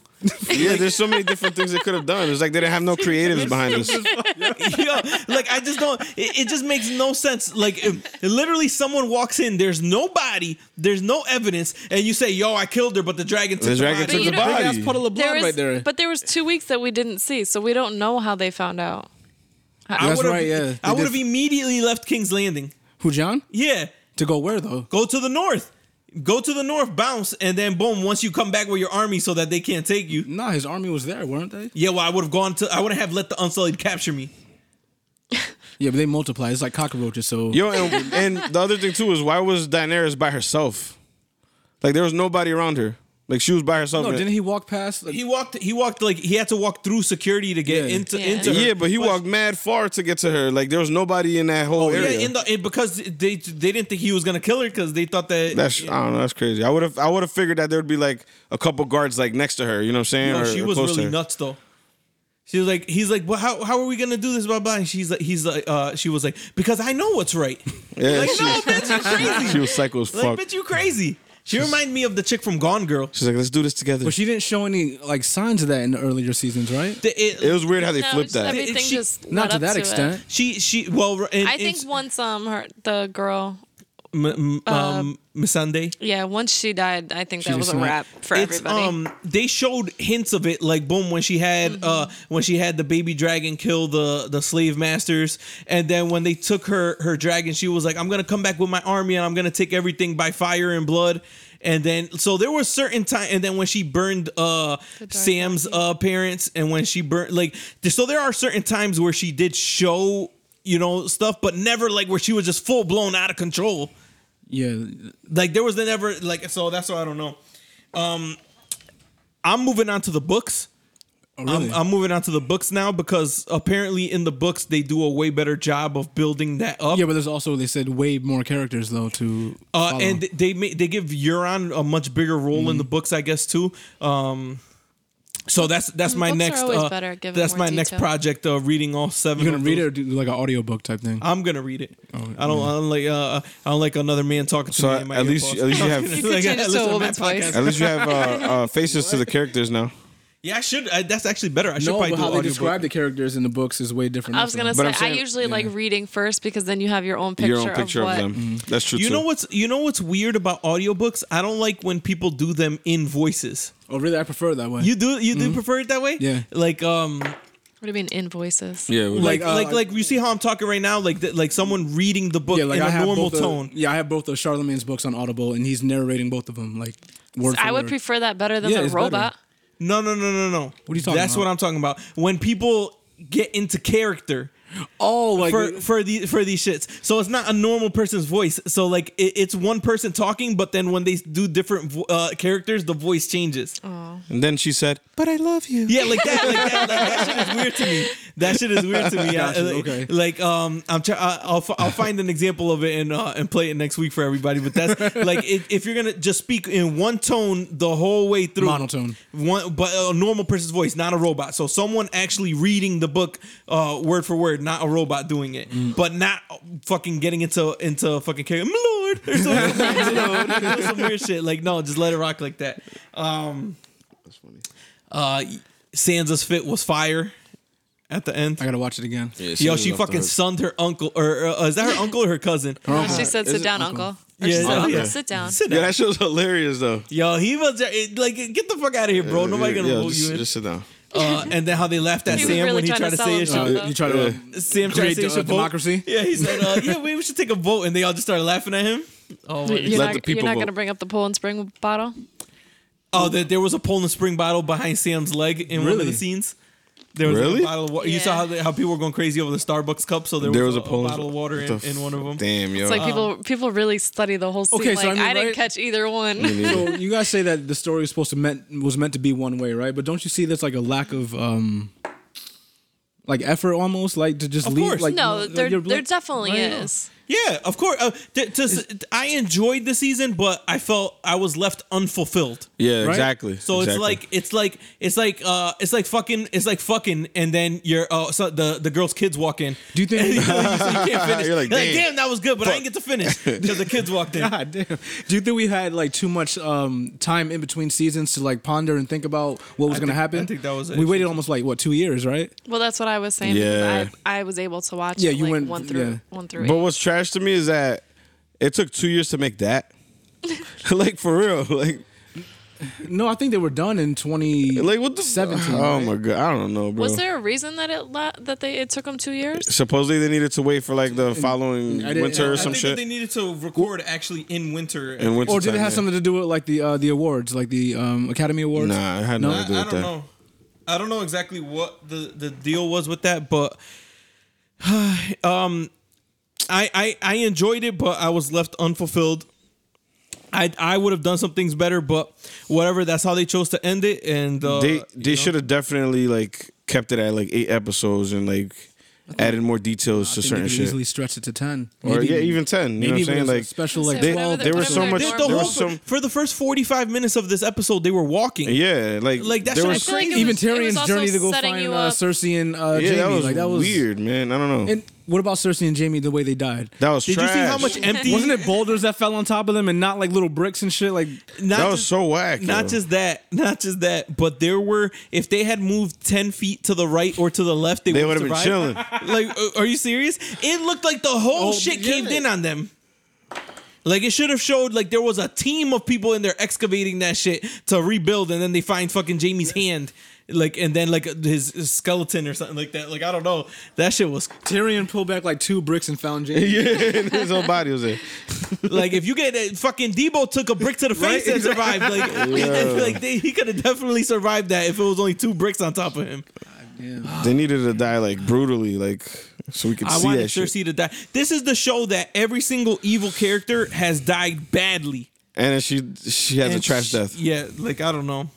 Speaker 2: yeah, there's so many different things they could have done. It's like they didn't have no creatives behind this.
Speaker 1: Yo, like I just don't. It, it just makes no sense. Like if- literally, someone walks in. There's no body. There's no evidence, and you say, "Yo, I killed her," but the dragon took
Speaker 2: The
Speaker 1: the,
Speaker 2: dragon
Speaker 1: body.
Speaker 2: took
Speaker 3: you
Speaker 2: the
Speaker 3: know-
Speaker 2: body.
Speaker 4: Big ass puddle of blood
Speaker 3: there was,
Speaker 4: right there.
Speaker 3: but there was two weeks that we didn't see, so we don't know how they found out.
Speaker 1: I
Speaker 4: That's
Speaker 1: would've-
Speaker 4: right, yeah.
Speaker 1: I
Speaker 4: They
Speaker 1: would have
Speaker 4: def-
Speaker 1: immediately left King's Landing.
Speaker 4: Who John?
Speaker 1: Yeah,
Speaker 4: To go where though?
Speaker 1: go to the north. Go to the north, bounce, and then boom. Once you come back with your army, so that they can't take you.
Speaker 4: Nah, his army was there, weren't they?
Speaker 1: Yeah, well, I would have gone to. I would have let the Unsullied capture me.
Speaker 4: Yeah, but they multiply. It's like cockroaches. So
Speaker 2: Yo, and, and the other thing too is why was Daenerys by herself? Like there was nobody around her. Like she was by herself.
Speaker 4: no,
Speaker 2: And-
Speaker 4: didn't he walk past? Like,
Speaker 1: He walked. He walked like he had to walk through security to get
Speaker 4: Yeah.
Speaker 1: into
Speaker 3: Yeah.
Speaker 1: into. her.
Speaker 2: yeah, but he walked mad far to get to her. Like there was nobody in that whole area.
Speaker 1: Oh, Yeah, in the, it, because they they didn't think he was gonna kill her because they thought that
Speaker 2: That's I don't know. That's crazy. I would have I would have figured that there would be like a couple guards like next to her. You know what I'm saying?
Speaker 1: Yo,
Speaker 2: Or-
Speaker 1: she
Speaker 2: or
Speaker 1: was
Speaker 2: close to
Speaker 1: really
Speaker 2: her.
Speaker 1: nuts though. She was like, he's like, well, how, how are we gonna do this? Blah blah. And she's like, he's like, uh, she was like, because I know what's right.
Speaker 2: Yeah,
Speaker 1: like,
Speaker 2: she,
Speaker 1: no, bitch, you crazy.
Speaker 2: she was psycho as
Speaker 1: like,
Speaker 2: fuck.
Speaker 1: bitch, you crazy. She reminded me of the chick from Gone Girl.
Speaker 2: She's like, let's do this together.
Speaker 4: but she didn't show any like signs of that in the earlier seasons, right?
Speaker 1: The- it-
Speaker 2: it was weird how they
Speaker 3: No,
Speaker 2: flipped
Speaker 3: just
Speaker 2: that.
Speaker 3: Everything
Speaker 1: It- she-
Speaker 3: just led
Speaker 4: Not to
Speaker 3: up
Speaker 4: that
Speaker 3: it.
Speaker 4: extent.
Speaker 1: she she well, and,
Speaker 3: I think uh, once um her, the girl
Speaker 1: m- m- um, Missandei.
Speaker 3: yeah once she died I think that was
Speaker 4: was
Speaker 3: a
Speaker 4: not-
Speaker 3: wrap for everybody. Mm-hmm.
Speaker 1: um they showed hints of it like boom when she had uh when she had the baby dragon kill the the slave masters and then when they took her her dragon she was like i'm gonna come back with my army and i'm gonna take everything by fire and blood and then so there was certain time and then when she burned uh
Speaker 3: dark
Speaker 1: sam's uh parents and when she burned like th- so there are certain times where she did show you know stuff but never like where she was just full blown out of control
Speaker 4: Yeah, Oh,
Speaker 1: like there was the never like so that's why I don't know. Um I'm moving on to the books.
Speaker 4: oh, really?
Speaker 1: I'm, I'm moving on to the books now because apparently in the books they do a way better job of building that up.
Speaker 4: yeah, but there's also they said way more characters though to
Speaker 1: uh,
Speaker 4: follow.
Speaker 1: and they ma- they give Euron a much bigger role in the books, I guess too. Um, so that's that's my
Speaker 3: books are
Speaker 1: next
Speaker 3: always
Speaker 1: uh,
Speaker 3: better, give it
Speaker 1: that's
Speaker 3: more
Speaker 1: my next
Speaker 3: detail.
Speaker 1: project. Uh, reading all seven.
Speaker 4: you gonna
Speaker 1: of
Speaker 4: read it
Speaker 1: those. Um,
Speaker 4: or do like an audiobook type thing?
Speaker 1: I'm gonna read it. I don't. I don't like. Uh, I don't like another man talking to
Speaker 2: So
Speaker 1: me.
Speaker 2: I-
Speaker 1: in my
Speaker 2: at least-
Speaker 1: earphones.
Speaker 2: at least you have-
Speaker 1: Like,
Speaker 2: You
Speaker 3: could
Speaker 1: I
Speaker 3: change it to
Speaker 1: listen
Speaker 3: a
Speaker 1: my
Speaker 3: woman's voice.
Speaker 1: podcast.
Speaker 2: At least you have uh, uh, faces to the characters now.
Speaker 1: Yeah, I should. I, that's actually better. I should
Speaker 4: no,
Speaker 1: probably
Speaker 4: but
Speaker 1: do
Speaker 4: how they
Speaker 1: audiobook.
Speaker 4: describe the characters in the books is way different.
Speaker 3: I was gonna
Speaker 2: But
Speaker 3: say
Speaker 2: I'm saying-
Speaker 3: I usually like
Speaker 4: yeah.
Speaker 3: reading first because then you have your own picture,
Speaker 2: Your own picture
Speaker 3: of,
Speaker 2: of,
Speaker 3: what,
Speaker 2: them. That's true.
Speaker 1: Mm-hmm. You
Speaker 2: too.
Speaker 1: know what's you know what's weird about audiobooks? I don't like when people do them in voices.
Speaker 4: Oh, really? I prefer it that way.
Speaker 1: You do you do prefer it that way?
Speaker 4: Mm. Yeah.
Speaker 1: Like um
Speaker 3: What do you mean invoices?
Speaker 2: Yeah,
Speaker 1: like
Speaker 2: like
Speaker 4: uh,
Speaker 1: like like you see how I'm talking right now like th- like someone reading the book
Speaker 4: yeah, like
Speaker 1: in
Speaker 4: I
Speaker 1: a
Speaker 4: have
Speaker 1: normal
Speaker 4: both of-
Speaker 1: tone.
Speaker 4: yeah, I have both of Charlemagne's books on Audible, and he's narrating both of them like word for
Speaker 3: I would
Speaker 4: word.
Speaker 3: prefer that better than
Speaker 4: Yeah,
Speaker 3: the
Speaker 4: it's better.
Speaker 3: robot.
Speaker 1: No no no no no.
Speaker 4: What are you talking
Speaker 1: That's what
Speaker 4: about?
Speaker 1: I'm talking about. When people get into character
Speaker 4: Oh, like
Speaker 1: for for the for these shits. So it's not a normal person's voice. So like it, it's one person talking but then when they do different vo- uh, characters the voice changes.
Speaker 2: and then she said, "But I love you."
Speaker 1: Yeah, like that. Like that, that, that shit is weird to me. That shit is weird to me. I-
Speaker 4: Gotcha,
Speaker 1: like,
Speaker 4: okay.
Speaker 1: like, um, I'm try- I- I'll fi- I'll find an example of it and uh, and play it next week for everybody. But that's like if, if you're gonna just speak in one tone the whole way through,
Speaker 4: Monotone.
Speaker 1: one but a normal person's voice, not a robot. So someone actually reading the book, uh, word for word, not a robot doing it,
Speaker 4: Mm.
Speaker 1: but not fucking getting into into fucking character. My lord, or some, some, some weird shit. Like no, just let it rock like that. Um.
Speaker 2: That's funny.
Speaker 1: Uh, Sansa's fit was fire at the end.
Speaker 4: I gotta watch it again.
Speaker 1: Yo, she fucking sunned her uncle, or uh, is that her uncle or her cousin?
Speaker 3: She said,
Speaker 2: Is
Speaker 3: "Sit
Speaker 2: it
Speaker 3: down,
Speaker 4: uncle?
Speaker 3: uncle." Or she
Speaker 1: Yeah,
Speaker 3: said,
Speaker 1: yeah.
Speaker 3: "Uncle,
Speaker 2: Yeah.
Speaker 3: sit down."
Speaker 1: Sit
Speaker 2: Yeah,
Speaker 1: down.
Speaker 2: that shit was hilarious though.
Speaker 1: Yo, he was uh, it- like, get the fuck out of here, bro. Nobody gonna
Speaker 2: Yeah,
Speaker 1: vote
Speaker 2: just,
Speaker 1: you in.
Speaker 2: just sit down.
Speaker 1: uh, and then how they laughed at
Speaker 3: He
Speaker 1: Sam
Speaker 3: was really
Speaker 1: when he
Speaker 3: trying
Speaker 1: tried to
Speaker 3: to sell
Speaker 1: say
Speaker 3: him
Speaker 1: his
Speaker 3: shit.
Speaker 1: shit.
Speaker 4: Uh, you try to.
Speaker 2: Yeah.
Speaker 1: Sam tried
Speaker 4: Create,
Speaker 1: to say
Speaker 4: uh,
Speaker 1: his shit. vote.
Speaker 4: democracy?
Speaker 1: Yeah, he said, uh, yeah, we, we should take a vote, and they all just started laughing at him. Oh, my
Speaker 3: You're
Speaker 2: Let
Speaker 3: not,
Speaker 2: the people
Speaker 3: you're not
Speaker 2: vote.
Speaker 3: gonna bring up the pool and spring bottle.
Speaker 1: Oh, that there was a Poland Spring bottle behind Sam's leg in one of the
Speaker 4: Really?
Speaker 1: scenes. There was
Speaker 2: Really?
Speaker 1: a bottle of water. You saw how, they, how people were going crazy over the Starbucks cup, so there, was, a, a
Speaker 2: Polish-
Speaker 1: bottle of water
Speaker 2: What
Speaker 1: in,
Speaker 2: the
Speaker 1: in one of them.
Speaker 2: f- Damn, yo.
Speaker 3: It's like people people really study the whole scene.
Speaker 4: Okay,
Speaker 3: like
Speaker 4: so I mean,
Speaker 3: I didn't
Speaker 4: right-
Speaker 3: catch either one.
Speaker 4: So you guys say that the story was supposed to meant was meant to be one way, right? But don't you see there's like a lack of um like effort almost like to just
Speaker 1: Of
Speaker 4: leave
Speaker 1: course.
Speaker 4: like
Speaker 3: No, there
Speaker 4: you're
Speaker 3: there
Speaker 4: like-
Speaker 3: definitely
Speaker 4: Right on.
Speaker 3: is.
Speaker 1: Yeah, of course. Uh, th- to s- I enjoyed the season, but I felt I was left unfulfilled.
Speaker 2: yeah,
Speaker 4: Right?
Speaker 2: exactly.
Speaker 1: So it's
Speaker 2: exactly.
Speaker 1: like it's like it's like uh it's like fucking it's like fucking and then your uh so the the girl's kids walk in.
Speaker 4: Do you think-
Speaker 1: you, can't finish?
Speaker 2: You're like, "Damn."
Speaker 1: that was good, but I didn't get to finish because the kids walked in.
Speaker 4: God damn. Do you think we had like too much um, time in between seasons to like ponder and think about what was going to
Speaker 1: think-
Speaker 4: happen?
Speaker 1: I think that was
Speaker 4: We waited almost like what two years, right?
Speaker 3: Well, that's what I was saying.
Speaker 2: Yeah.
Speaker 3: because I, I was able to watch.
Speaker 4: Yeah,
Speaker 3: it,
Speaker 4: you
Speaker 3: like,
Speaker 4: went-
Speaker 3: one through
Speaker 4: yeah.
Speaker 3: one through.
Speaker 2: But
Speaker 3: eight.
Speaker 2: what's trash to me is that it took two years to make that. like for real, like
Speaker 4: No, I think they were done in twenty.
Speaker 2: like what the
Speaker 4: 17,
Speaker 2: Oh
Speaker 4: right?
Speaker 2: my god, I don't know, bro.
Speaker 3: Was there a reason that it la- that they it took them two years?
Speaker 2: Supposedly they needed to wait for like the following
Speaker 4: I didn't-
Speaker 2: winter
Speaker 4: I
Speaker 2: or
Speaker 1: I
Speaker 2: some
Speaker 1: think that they
Speaker 2: shit.
Speaker 1: needed to record actually in winter.
Speaker 2: And winter
Speaker 4: or did it have something to do with like the uh, the awards, like the um, Academy Awards?
Speaker 2: Nah, I had no,
Speaker 4: No,
Speaker 1: I,
Speaker 2: idea
Speaker 1: I
Speaker 2: with
Speaker 1: don't
Speaker 2: that.
Speaker 1: know. I don't know exactly what the, the deal was with that, but um, I, I I enjoyed it, but I was left unfulfilled. I I would have done some things better, but whatever. That's how they chose to end it, and uh,
Speaker 2: They
Speaker 1: you
Speaker 2: they
Speaker 1: know.
Speaker 2: should have definitely like kept it at like eight episodes and like added more details to
Speaker 4: I think they
Speaker 2: certain
Speaker 4: could
Speaker 2: shit.
Speaker 4: easily stretch it to ten,
Speaker 2: or
Speaker 4: Maybe-
Speaker 2: yeah, even ten. You know
Speaker 4: maybe
Speaker 2: what I'm
Speaker 4: even
Speaker 2: saying?
Speaker 4: a
Speaker 2: Like
Speaker 4: special like
Speaker 3: Let's say
Speaker 2: they-
Speaker 3: whatever
Speaker 2: there were
Speaker 3: whatever
Speaker 2: so
Speaker 3: their
Speaker 2: much-
Speaker 1: The,
Speaker 3: norm
Speaker 1: the
Speaker 2: there
Speaker 1: whole
Speaker 2: was some-
Speaker 1: for the first forty five minutes of this episode, they were walking.
Speaker 2: yeah, like
Speaker 1: Like, that
Speaker 2: there
Speaker 1: shit
Speaker 2: was
Speaker 1: is
Speaker 3: I feel like it
Speaker 4: even
Speaker 3: was- it was
Speaker 4: Tyrion's
Speaker 3: also
Speaker 4: journey to go
Speaker 3: setting
Speaker 4: find
Speaker 3: you
Speaker 4: uh,
Speaker 3: up.
Speaker 4: Cersei and uh,
Speaker 2: yeah,
Speaker 4: Jamie.
Speaker 2: that was
Speaker 4: like that was
Speaker 2: weird, man. I don't know.
Speaker 4: And what about Cersei and Jamie? The way they died.
Speaker 2: that was
Speaker 1: Did you see how
Speaker 2: trash.
Speaker 1: much empty?
Speaker 4: Wasn't it boulders that fell on top of them and not like little bricks and shit? Like
Speaker 1: not
Speaker 2: That was
Speaker 1: just-
Speaker 2: so whack.
Speaker 1: Not
Speaker 2: yo.
Speaker 1: just that, not just that, but there were if they had moved ten feet to the right or to the left, they,
Speaker 2: They
Speaker 1: would have
Speaker 2: would've been
Speaker 1: Like, uh, are you serious? It looked like the whole
Speaker 2: Oh,
Speaker 1: shit caved in on them. Like it should have showed like there was a team of people in there excavating that shit to rebuild, and then they find fucking Jamie's hand, like, and then like his, his skeleton or something like that. Like I don't know, that shit was
Speaker 4: Tyrion pulled back like two bricks and found Jamie.
Speaker 2: yeah, his whole body was there.
Speaker 1: like if you get that fucking Debo took a brick to the face and survived. Like, like they, he could have definitely survived that if it was only two bricks on top of him.
Speaker 2: They needed to die like brutally, like so we could
Speaker 1: Ah. I
Speaker 2: see
Speaker 1: wanted
Speaker 2: that shit.
Speaker 1: Cersei to die. This is the show that every single evil character has died badly.
Speaker 2: And then she she has a
Speaker 1: And
Speaker 2: trash
Speaker 1: sh-
Speaker 2: death.
Speaker 1: Yeah, like I don't know.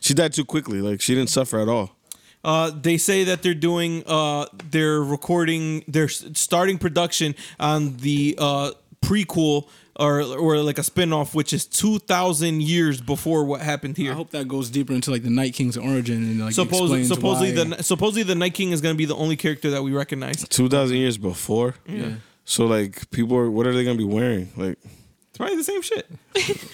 Speaker 2: She died too quickly. Like she didn't suffer at all.
Speaker 1: Uh, they say that they're doing, uh, they're recording, they're s- starting production on the uh, prequel or or like a spin-off, which is two thousand years before what happened here.
Speaker 4: I hope that goes deeper into like the Night King's origin and like
Speaker 1: Supposedly,
Speaker 4: explains
Speaker 1: supposedly
Speaker 4: why.
Speaker 1: the supposedly the Night King is going to be the only character that we recognize.
Speaker 2: Two thousand years before. Yeah. So like people are what are they gonna be wearing? Like
Speaker 1: It's probably the same shit.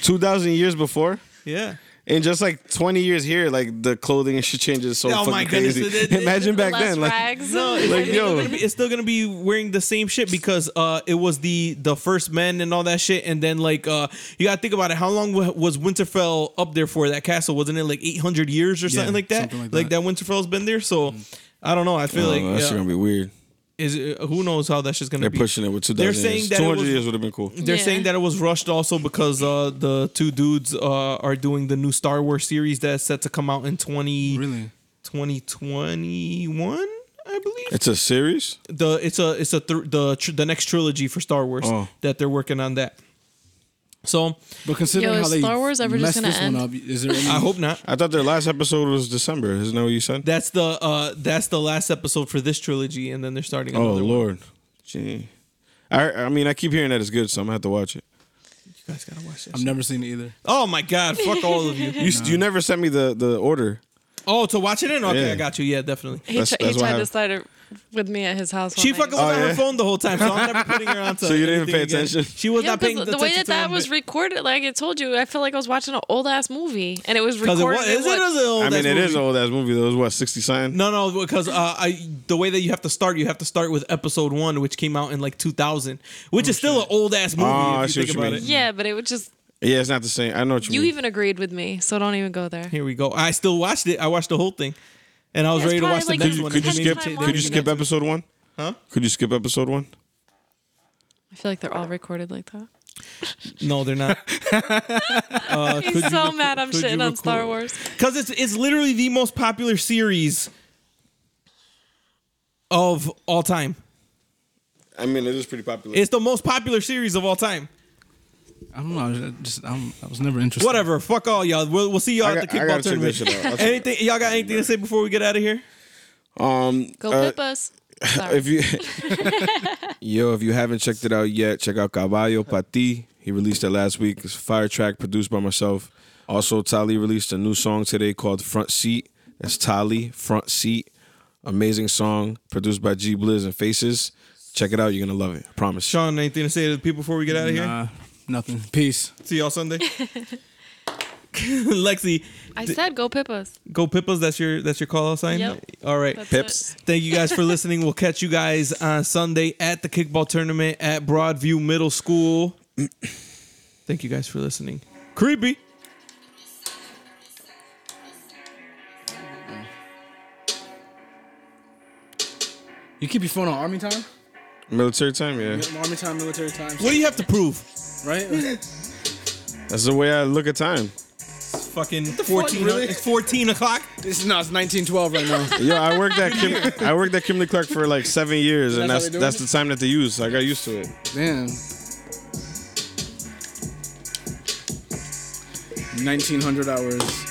Speaker 2: two thousand years before?
Speaker 1: Yeah.
Speaker 2: And just like twenty years here, like the clothing and shit changes so
Speaker 1: Oh
Speaker 2: fucking
Speaker 1: my goodness,
Speaker 2: crazy.
Speaker 1: it- it-
Speaker 2: Imagine back
Speaker 3: Less
Speaker 2: then, like
Speaker 3: rags.
Speaker 1: No, it's,
Speaker 2: Like,
Speaker 1: it's
Speaker 2: yo.
Speaker 1: still gonna be, it's still gonna be wearing the same shit because uh, it was the the first men and all that shit, and then like uh, you gotta think about it. How long wa- was Winterfell up there for that castle? Wasn't it like eight hundred years or something like that?
Speaker 4: something
Speaker 1: like,
Speaker 4: like
Speaker 1: that. Winterfell's been there, so I don't know. I feel
Speaker 2: Oh,
Speaker 1: like
Speaker 2: that's
Speaker 1: yeah,
Speaker 2: gonna be weird.
Speaker 1: is it- who knows how that shit's gonna
Speaker 2: They're
Speaker 1: be.
Speaker 2: pushing it with two
Speaker 1: They're
Speaker 2: thousand
Speaker 1: saying
Speaker 2: years. Two
Speaker 1: that it
Speaker 2: hundred
Speaker 1: was-
Speaker 2: years would have been cool.
Speaker 1: They're
Speaker 3: Yeah.
Speaker 1: saying that it was rushed also because uh, the two dudes uh, are doing the new Star Wars series that's set to come out in 20,
Speaker 4: really
Speaker 1: 2021, I believe.
Speaker 2: It's a series?
Speaker 1: The it's a it's a thr the tr- the next trilogy for Star Wars
Speaker 2: Oh.
Speaker 1: that they're working on that. So
Speaker 4: But considering
Speaker 3: Yo,
Speaker 4: how
Speaker 3: is
Speaker 4: they
Speaker 3: Star Wars ever just
Speaker 4: messed
Speaker 3: gonna
Speaker 4: this
Speaker 3: end?
Speaker 4: one up, is there any?
Speaker 1: I hope not.
Speaker 2: I thought their last episode was December. Isn't that what you said?
Speaker 1: That's the uh that's the last episode for this trilogy, and then they're starting
Speaker 2: Oh
Speaker 1: another. one.
Speaker 2: Lord. Gee. I I mean I keep hearing that it's good, so I'm gonna have to watch it.
Speaker 1: You guys gotta watch
Speaker 4: I've
Speaker 1: this.
Speaker 4: never seen it either.
Speaker 1: Oh my God! Fuck all of you.
Speaker 2: You you never sent me the the order.
Speaker 1: Oh, to watch it in. Okay,
Speaker 2: Yeah.
Speaker 1: I got you. Yeah, definitely.
Speaker 3: He,
Speaker 2: That's-
Speaker 3: tri-
Speaker 2: that's what
Speaker 3: he tried to
Speaker 2: happened.
Speaker 3: decide to with me at his house. one
Speaker 1: She
Speaker 3: night.
Speaker 1: fucking was
Speaker 2: Oh,
Speaker 1: on her
Speaker 2: yeah?
Speaker 1: phone the whole time, so I'm never putting her on. to
Speaker 2: So you didn't
Speaker 1: anything
Speaker 2: pay
Speaker 1: again.
Speaker 2: attention?
Speaker 1: She was
Speaker 3: Yeah,
Speaker 1: not paying
Speaker 3: 'cause the,
Speaker 1: attention
Speaker 3: way that
Speaker 1: to
Speaker 3: that
Speaker 1: him,
Speaker 3: was
Speaker 1: but-
Speaker 3: recorded, like I told you, I feel like I was watching an old ass movie, and it was
Speaker 1: Because
Speaker 3: recorded.
Speaker 1: it was,
Speaker 3: in
Speaker 1: is
Speaker 3: what-
Speaker 1: it is an old
Speaker 2: I mean,
Speaker 1: ass
Speaker 2: it
Speaker 1: movie.
Speaker 2: is an old ass movie though. It was what sixty sign.
Speaker 1: No, no, because uh, I the way that you have to start, you have to start with episode one, which came out in like 2000, which is still an old ass movie.
Speaker 2: Oh, I
Speaker 1: if
Speaker 2: see
Speaker 1: you think
Speaker 2: what you
Speaker 1: about it.
Speaker 2: mean.
Speaker 3: yeah, but it was just
Speaker 2: Yeah, it's not the same. I know what you,
Speaker 1: Mm.
Speaker 3: you
Speaker 2: mean.
Speaker 3: even agreed with me, so don't even go there.
Speaker 1: Here we go. I still watched it. I watched the whole thing, and I was
Speaker 3: Yeah, it's
Speaker 1: ready to watch the
Speaker 3: probably
Speaker 1: next
Speaker 3: like
Speaker 1: one.
Speaker 2: could you
Speaker 1: and then
Speaker 2: skip?
Speaker 1: they
Speaker 3: time
Speaker 1: changed-
Speaker 2: Could you
Speaker 3: watching
Speaker 2: skip episode one?
Speaker 1: Huh?
Speaker 2: Could you skip episode one?
Speaker 3: I feel like they're all recorded like that.
Speaker 1: No, they're not. uh,
Speaker 3: He's so mad I'm shitting on Star Wars.
Speaker 1: because it's it's literally the most popular series of all time.
Speaker 2: I mean, it is pretty popular.
Speaker 1: It's the most popular series of all time.
Speaker 4: I don't know. I was- I Just I'm, I was never interested.
Speaker 1: Whatever. Fuck all y'all. We'll, we'll see y'all
Speaker 2: I
Speaker 1: at
Speaker 2: got-
Speaker 1: the
Speaker 2: I
Speaker 1: kickball
Speaker 2: gotta check
Speaker 1: tournament.
Speaker 2: this shit out. I'll check-
Speaker 1: anything y'all got anything to say before we get out of here?
Speaker 2: um,
Speaker 3: Go
Speaker 2: uh,
Speaker 3: flip us.
Speaker 2: if you yo if you haven't checked it out yet check out caballo pati he released it last week it's a fire track produced by myself also tali released a new song today called front seat that's tali front seat amazing song produced by g blizz and faces check it out you're gonna love it I promise
Speaker 1: Sean, anything to say to the people before we get out of here?
Speaker 4: Nah, nothing. Peace.
Speaker 1: See y'all Sunday. Lexi,
Speaker 3: I said go pip us.
Speaker 1: go Pippas. That's your that's your call out sign.
Speaker 3: Yep.
Speaker 1: All right.
Speaker 3: That's
Speaker 2: Pips.
Speaker 3: it.
Speaker 1: Thank you guys for listening. We'll catch you guys on Sunday at the kickball tournament at Broadview Middle School. Thank you guys for listening. Creepy.
Speaker 4: You keep your phone on army time.
Speaker 2: military time yeah
Speaker 4: Army time, military time.
Speaker 1: What do you have to prove?
Speaker 4: Right?
Speaker 2: that's the way i look at time
Speaker 1: Fucking 14,
Speaker 4: really?
Speaker 1: it's 14 o'clock.
Speaker 4: this is no, it's 1912 right now.
Speaker 2: yo i worked at kim i worked at kimberly clark for like seven years and
Speaker 4: That's
Speaker 2: that's
Speaker 4: how they do
Speaker 2: that's
Speaker 4: it?
Speaker 2: the time that they use so i got used to it
Speaker 4: Damn. 1900 hours.